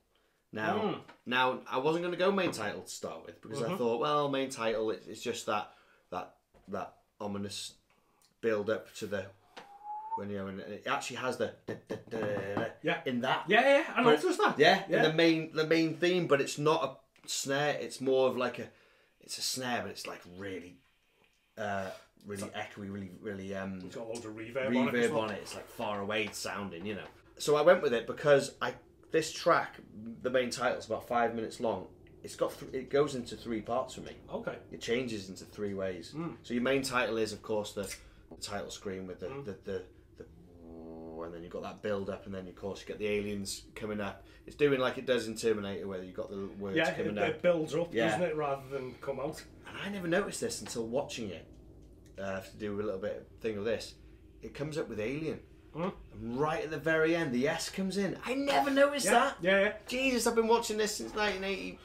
S1: Now,
S3: Hmm.
S1: now I wasn't going to go main title to start with because
S3: Mm-hmm.
S1: I thought, well, main title, it, it's just that that that ominous build up to the when you know, and it actually has the da- da- da- da- da
S3: Yeah.
S1: in that
S3: Yeah, yeah, yeah, I noticed that.
S1: yeah,
S3: yeah.
S1: And the main the main theme, but it's not a snare. It's more of like a it's a snare, but it's like really, uh, really echoey, really really um
S3: It's got loads of reverb, on it. as
S1: reverb
S3: well.
S1: on it. It's like far away sounding, you know. So I went with it because I this track, the main title's about five minutes long. It's got th- it goes into three parts for me.
S3: Okay.
S1: It changes into three ways.
S3: Hmm.
S1: So your main title is, of course, the, the title screen with the,
S3: Hmm.
S1: the, the, the and then you've got that build up, and then of course you get the aliens coming up. It's doing like it does in Terminator, where you've got the little words
S3: Yeah,
S1: coming
S3: it,
S1: up.
S3: it builds up,
S1: Yeah.
S3: doesn't it, rather than come out.
S1: And I never noticed this until watching it. Uh, I have to do a little bit of thing with this. It comes up with Alien.
S3: Hmm?
S1: And right at the very end, the S comes in. I never noticed
S3: Yeah,
S1: that.
S3: yeah, yeah.
S1: Jesus, I've been watching this since 1980,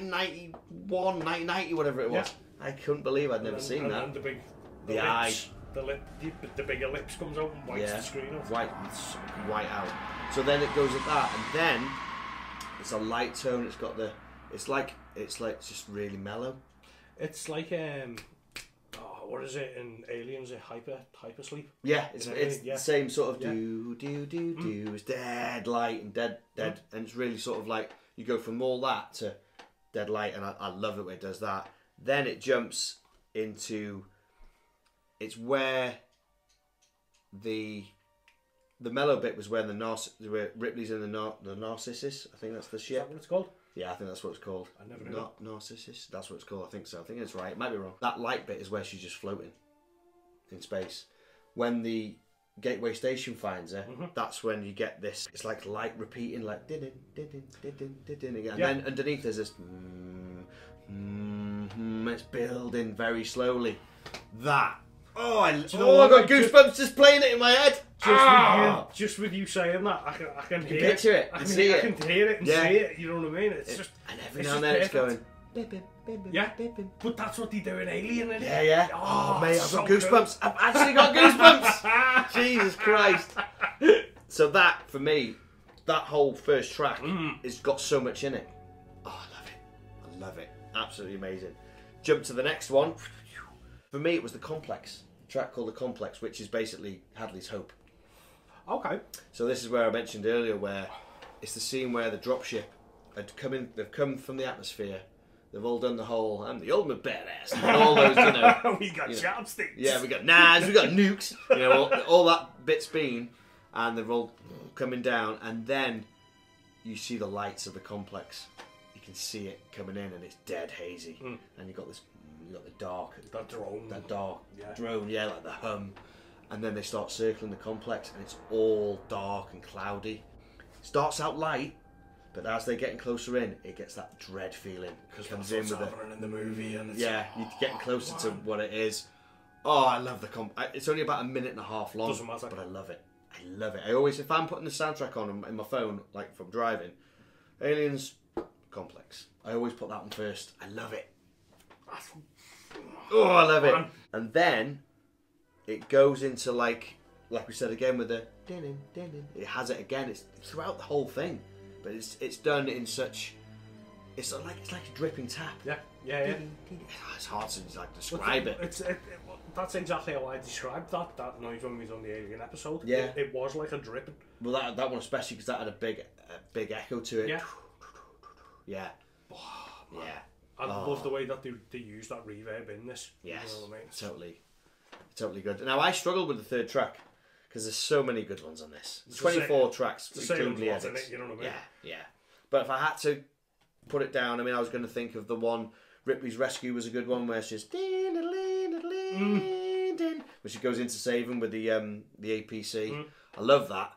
S1: 1991, 1990, whatever it was. I couldn't believe I'd never
S3: and,
S1: seen
S3: and
S1: that.
S3: then the big
S1: The eye.
S3: lips, the lip, the, the big ellipse comes out and wipes
S1: yeah.
S3: the screen out.
S1: White, white out. So then it goes at that, and then it's a light tone. It's got the. It's like it's like it's just really mellow.
S3: It's like um, oh, what is it in Aliens? A hyper hypersleep.
S1: Yeah, it's,
S3: You know what I
S1: it's
S3: mean? Yeah.
S1: the same sort of
S3: Yeah. Mm.
S1: do do do do. It's dead light and dead dead, and it's really sort of like you go from all that to dead light, and I, I love it when it does that. Then it jumps into it's where the the mellow bit was where the Narciss, where Ripley's in the nar- the Narcissus. I think that's the
S3: Is
S1: ship.
S3: that what it's called?
S1: Yeah, I think that's what it's called. I
S3: never knew
S1: Not narcissist. That's what it's called. I think so. I think it's right. It might be wrong. That light bit is where she's just floating in space. When the Gateway Station finds her,
S3: Mm-hmm.
S1: that's when you get this. It's like light repeating, like did it, did it, did it, did it again.
S3: Yeah.
S1: And then underneath there's this. Mm, mm, mm, it's building very slowly. That. Oh, I,
S3: know
S1: oh, I got
S3: what?
S1: goosebumps just playing it in my head.
S3: Just,
S1: Ah!
S3: with you, just with you saying that, I can, I can, hear
S1: picture it
S3: I
S1: and
S3: can,
S1: see
S3: I
S1: it.
S3: can hear it and
S1: Yeah.
S3: see it. You know what I mean? It's just
S1: And every
S3: it's
S1: now and
S3: just
S1: then it's going.
S3: perfect.
S1: Bip, bip, bip, bip,
S3: Yeah.
S1: bip, bip.
S3: But that's what they do in Alien, isn't
S1: Yeah,
S3: it?
S1: yeah.
S3: Oh,
S1: Oh, mate, I've
S3: so
S1: got
S3: good.
S1: goosebumps. I've actually got *laughs* goosebumps. Jesus Christ. So that for me, that whole first track has got so much in it. Mm. Oh, I love it. I love it. Absolutely amazing. Jump to the next one. For me, it was the Complex a track called the Complex, which is basically Hadley's Hope.
S3: Okay.
S1: So this is where I mentioned earlier, where it's the scene where the dropship had come in. They've come from the atmosphere. They've all done the whole "I'm the ultimate badass" and all those, you know.
S3: *laughs*
S1: *laughs*
S3: we got
S1: Yeah.
S3: chopsticks.
S1: Yeah, we got knives, we got nukes, you know, all, all that bit's been, and they're all coming down, and then you see the lights of the complex. You can see it coming in, and it's dead hazy, and you got this, you got the dark,
S3: that drone.
S1: that dark
S3: Yeah.
S1: drone, yeah, like the hum, and then they start circling the complex, and it's all dark and cloudy. Starts out light, but as they're getting closer in, it gets that dread feeling. It
S3: that's
S1: comes in
S3: what's
S1: with a
S3: happening in the movie, and it's,
S1: yeah, you're getting closer to what it is. Oh, I love the comp. I- It's only about a minute and a half long,
S3: Doesn't matter.
S1: but I love it. I love it. I always, if I'm putting the soundtrack on in- in my phone, like from driving, Aliens Complex. I always put that one first. I love it. Oh, I love it.
S3: Man.
S1: And then it goes into like, like we said again with the. din-din, din-din. It has it again. It's throughout the whole thing, but it's it's done in such. It's sort of like it's like a dripping tap.
S3: yeah, yeah, yeah.
S1: It's hard to like describe it.
S3: It's, it, it- that's exactly how I described that. That noise when we done the Alien episode.
S1: Yeah.
S3: It, it was like a dripping.
S1: Well, that, that one especially because that had a big, a big echo to it.
S3: Yeah.
S1: Yeah. yeah.
S3: I love the way that they, they use that reverb in this.
S1: Oh. Yes.
S3: You know what I mean?
S1: Totally. Totally good. Now I struggled with the third track because there's so many good ones on this. Twenty-four tracks,
S3: the same
S1: including the
S3: plot,
S1: edits.
S3: innit? You know what I mean?
S1: Yeah. Yeah. But if I had to put it down, I mean, I was going to think of the one Ripley's Rescue was a good one where it's just "Ding, diddly,
S3: Mm.
S1: diddly, ding," which goes into saving with the um the APC.
S3: Mm.
S1: I love that.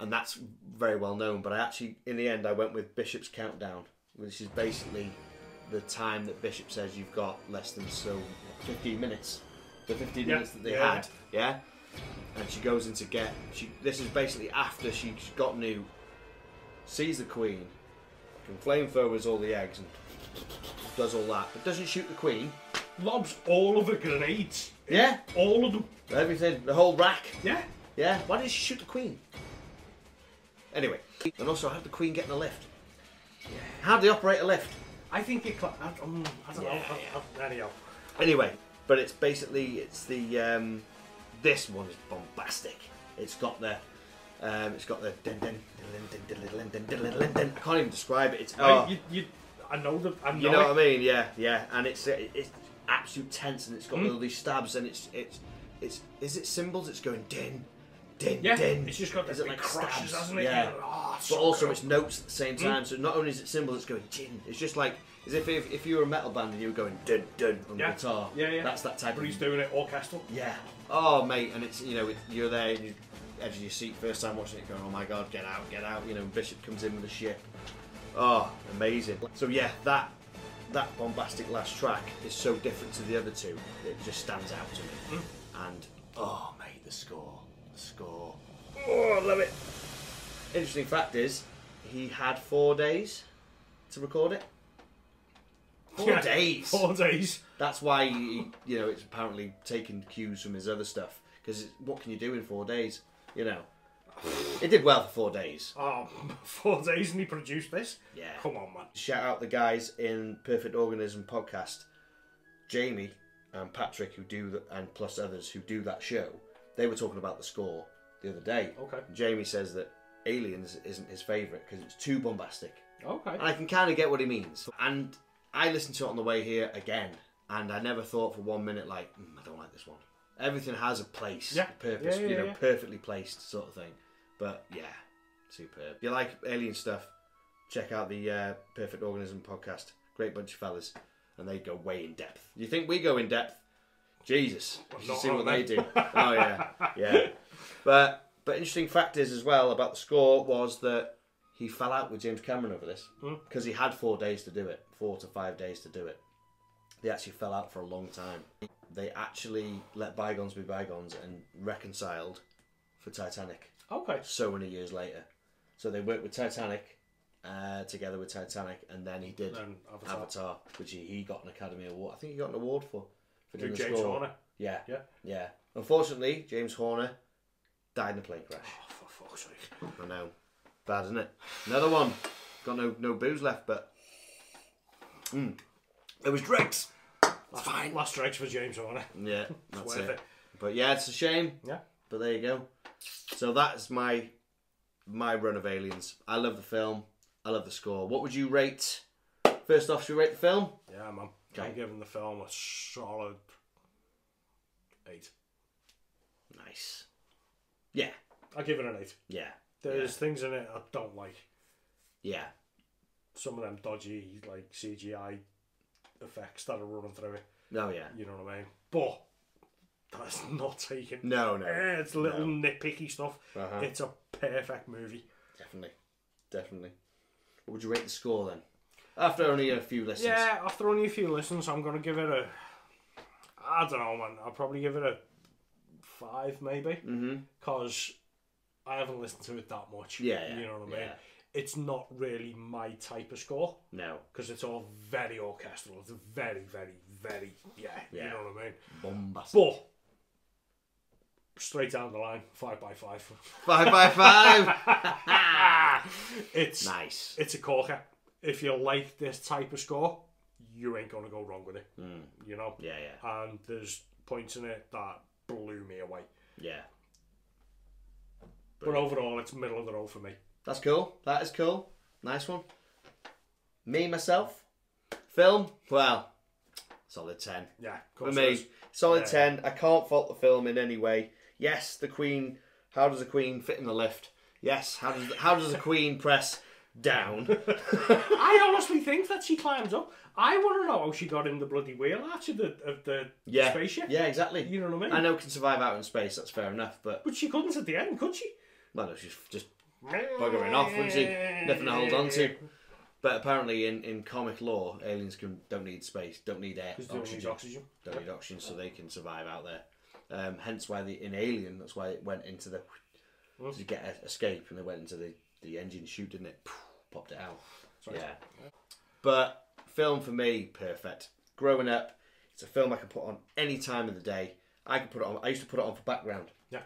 S1: and that's very well known. But I actually, in the end, I went with Bishop's Countdown, which is basically the time that Bishop says you've got less than so 15 minutes. The 15
S3: Yeah,
S1: minutes that they
S3: yeah,
S1: had, yeah. And she goes in to get. She. This is basically after she got new, sees the queen, can flamethrowers all the eggs and does all that, but doesn't shoot the queen.
S3: Lobs all of the grenades.
S1: Yeah,
S3: All of them.
S1: everything, the whole rack.
S3: Yeah.
S1: Yeah, why did she shoot the Queen? Anyway, and also how'd the Queen get in the lift? How'd they operate a lift?
S3: I think it. Cla- I, um, I don't know.
S1: Yeah,
S3: I, I, anyhow.
S1: Anyway, but it's basically it's the um, this one is bombastic. It's got the um, it's got the dun dun dun dun dun dun dun dun dun dun. I can't even describe it. It's oh,
S3: I, you, you, I know the. I know,
S1: you know
S3: it.
S1: what I mean? Yeah, yeah. And it's it's absolute tense, and it's got
S3: Mm.
S1: all these stabs, and it's it's it's is it symbols? It's going din din
S3: Yeah,
S1: din.
S3: it's just got
S1: Is
S3: the big crashes,
S1: stabs?
S3: hasn't it?
S1: Yeah.
S3: You're like, "Oh, it's
S1: but
S3: so
S1: also
S3: cool."
S1: it's notes at the same
S3: Hmm?
S1: time. So not only is it symbols, it's going din. It's just like as if if, if you were a metal band and you were going dun dun on
S3: Yeah.
S1: the guitar.
S3: Yeah, yeah.
S1: That's that type
S3: But he's
S1: of
S3: doing it orchestral.
S1: yeah. Oh mate, and it's you know it, you're there and you edge of your seat first time watching it, going oh my god, get out, get out. You know Bishop comes in with a ship. Oh, amazing. So yeah, that that bombastic last track is so different to the other two. It just stands out to me.
S3: Hmm?
S1: And oh mate, the score, the score. Oh, I love it. Interesting fact is, he had four days to record it. Four
S3: Yeah,
S1: days.
S3: Four days.
S1: That's why he, you know it's apparently taking cues from his other stuff. Because what can you do in four days? You know, it did well for four days.
S3: Oh, *laughs* four days and he produced this?
S1: Yeah.
S3: Come on, man.
S1: Shout out the guys in Perfect Organism podcast, Jamie and Patrick, who do the, and plus others who do that show. They were talking about the score the other day.
S3: Okay.
S1: Jamie says that Aliens isn't his favourite because it's too bombastic.
S3: Okay.
S1: And I can kind of get what he means. And I listened to it on the way here again, and I never thought for one minute like, mm, I don't like this one. Everything has a place,
S3: Yeah.
S1: a purpose,
S3: Yeah, yeah,
S1: you know,
S3: yeah.
S1: perfectly placed sort of thing. But yeah, superb. If you like alien stuff, check out the uh, Perfect Organism podcast. Great bunch of fellas, and they go way in depth. You think we go in depth? Jesus, you should
S3: not
S1: see what
S3: on
S1: they
S3: them.
S1: do. Oh yeah, yeah. But but interesting fact is as well about the score was that he fell out with James Cameron over this because he had four days to do it, four to five days to do it. They actually fell out for a long time. They actually let bygones be bygones and reconciled for Titanic
S3: Okay.
S1: so many years later. So they worked with Titanic, uh, together with Titanic, and then he did
S3: Then Avatar.
S1: Avatar, which he, he got an Academy Award. I think he got an award for. for doing
S3: Dude,
S1: the
S3: James
S1: score.
S3: Horner.
S1: Yeah,
S3: Yeah.
S1: yeah. Unfortunately, James Horner died in a plane crash.
S3: Oh, for fuck's sake.
S1: I know, bad isn't it? Another one. Got no no booze left, but Mm. it was drinks.
S3: Last, last strikes for James Horner. *laughs*
S1: Yeah, that's
S3: worth
S1: it.
S3: it.
S1: But yeah, it's a shame.
S3: Yeah.
S1: But there you go. So that's my my run of Aliens. I love the film. I love the score. What would you rate? First off, should we rate the film?
S3: Yeah, man.
S1: Okay.
S3: I'm giving the film a solid eight.
S1: Nice. Yeah.
S3: I give it an eight.
S1: Yeah.
S3: There's things in it I don't like.
S1: Yeah.
S3: Some of them dodgy, like CGI effects that are running through it.
S1: No. Oh, yeah.
S3: You know what I mean? But that's *laughs* not taken.
S1: No. No.
S3: Eh, it's little nitpicky stuff.
S1: Uh-huh.
S3: It's a perfect movie.
S1: Definitely. Definitely. What would you rate the score then? After only a few listens.
S3: Yeah, after only a few listens, I'm gonna give it a. I don't know, man. I'll probably give it a five, maybe,
S1: Mm-hmm.
S3: because I haven't listened to it that much.
S1: Yeah, yeah,
S3: you know what I mean.
S1: yeah.
S3: It's not really my type of score
S1: No.
S3: because it's all very orchestral. It's very, very, very, yeah, You
S1: Yeah.
S3: know what I mean.
S1: Bombastic.
S3: But straight down the line, five by five.
S1: *laughs* Five by five. *laughs*
S3: *laughs* it's
S1: nice.
S3: it's a corker. If you like this type of score, you ain't gonna go wrong with it. You know.
S1: Yeah. Hmm. Yeah.
S3: and there's points in it that blew me away.
S1: Yeah.
S3: But overall, it's middle of the road for me.
S1: That's cool. That is cool. Nice one. Me, myself. Film, well, solid 10.
S3: Yeah,
S1: For me, solid
S3: Yeah.
S1: 10. I can't fault the film in any way. Yes, the Queen. How does the Queen fit in the lift? Yes, how does the, how does the Queen press
S3: *laughs*
S1: down?
S3: I honestly think that she climbs up. I want to know how she got in the bloody wheel arch of the, of the
S1: Yeah.
S3: spaceship.
S1: Yeah, exactly.
S3: You know what I mean?
S1: I know it can survive out in space, that's fair enough, but.
S3: But she couldn't at the end, could she?
S1: Well, no, she's just buggering off, wouldn't she? Nothing to hold on to. But apparently, in, in comic lore, aliens can don't need space, don't need air,
S3: Because they don't need
S1: oxygen.
S3: oxygen.
S1: don't need oxygen, so they can survive out there. Um, hence why the in Alien, that's why it went into the to get a, escape, and they went into the the engine chute, didn't it? Popped it out. Yeah. But film for me, perfect. Growing up, it's a film I can put on any time of the day. I can put it on. I used to put it on for background.
S3: Yeah.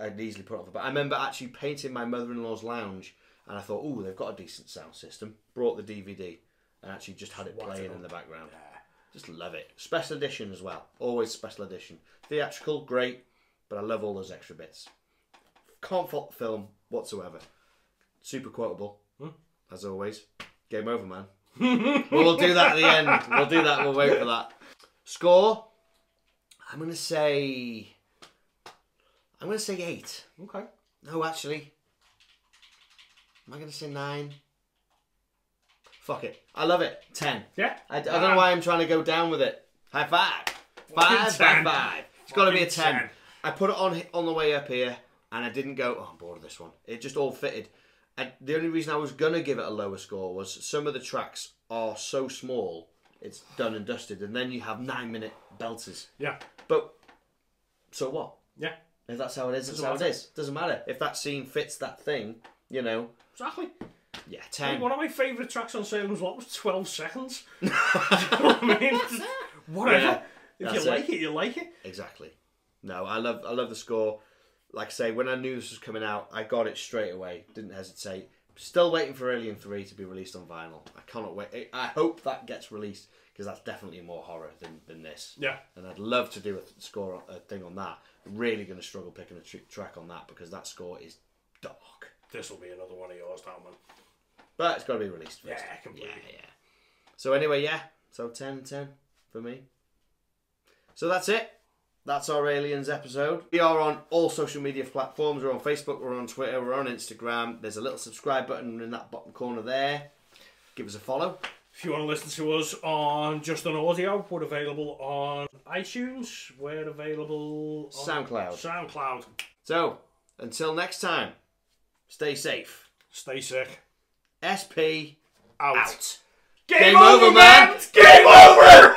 S1: I'd easily put it on for. But I remember actually painting my mother-in-law's lounge, and I thought, oh, they've got a decent sound system. Brought the DVD, and actually just had it
S3: whacked it
S1: playing in
S3: on.
S1: the background. Just love it. Special edition as well. Always special edition. Theatrical, great, but I love all those extra bits. Can't fault the film whatsoever. Super quotable, as always. Game over, man. *laughs* well, we'll do that at the end. We'll do that. We'll wait for that. Score. I'm gonna say. I'm gonna say eight.
S3: Okay.
S1: No, actually. Am I gonna say nine? Fuck it. I love it. Ten.
S3: Yeah.
S1: I, I don't know why I'm trying to go down with it. High five. Five by
S3: 10.
S1: five. It's got to be a
S3: Fucking
S1: 10.
S3: 10.
S1: I put it on he- on the way up here and I didn't go, oh, I'm bored of this one. It just all fitted. And the only reason I was going to give it a lower score was some of the tracks are so small, it's done and dusted. And then you have nine minute belters.
S3: Yeah.
S1: But so what?
S3: Yeah.
S1: If that's how it is, that's how it is. Doesn't matter. If that scene fits that thing, you know,
S3: Exactly.
S1: yeah,
S3: Hey,
S1: 10.
S3: One of my favourite tracks on Salem's Lot was 12 seconds. *laughs* you know what I mean? Just Whatever.
S1: Yeah,
S3: if you
S1: that's it.
S3: like it, you like it.
S1: Exactly. No, I love I love the score. Like I say, when I knew this was coming out, I got it straight away. Didn't hesitate. Still waiting for Alien Three to be released on vinyl. I cannot wait. I- I hope that gets released because that's definitely more horror than, than this.
S3: Yeah.
S1: And I'd love to do a th- score a thing on that. Really going to struggle picking a tr- track on that because that score is dark.
S3: This will be another one of yours, that one.
S1: But it's got to be released first.
S3: Yeah, completely.
S1: Yeah, yeah. So anyway, yeah. So 10 10 for me. So that's it. That's our Aliens episode. We are on all social media platforms. We're on Facebook, we're on Twitter, we're on Instagram. There's a little subscribe button in that bottom corner there. Give us a follow.
S3: If you want to listen to us on just on audio, we're available on iTunes. We're available on
S1: SoundCloud.
S3: SoundCloud.
S1: So, Until next time, stay safe.
S3: Stay sick.
S1: SP
S3: Out.
S1: out.
S3: Game,
S1: over, man.
S3: Game over.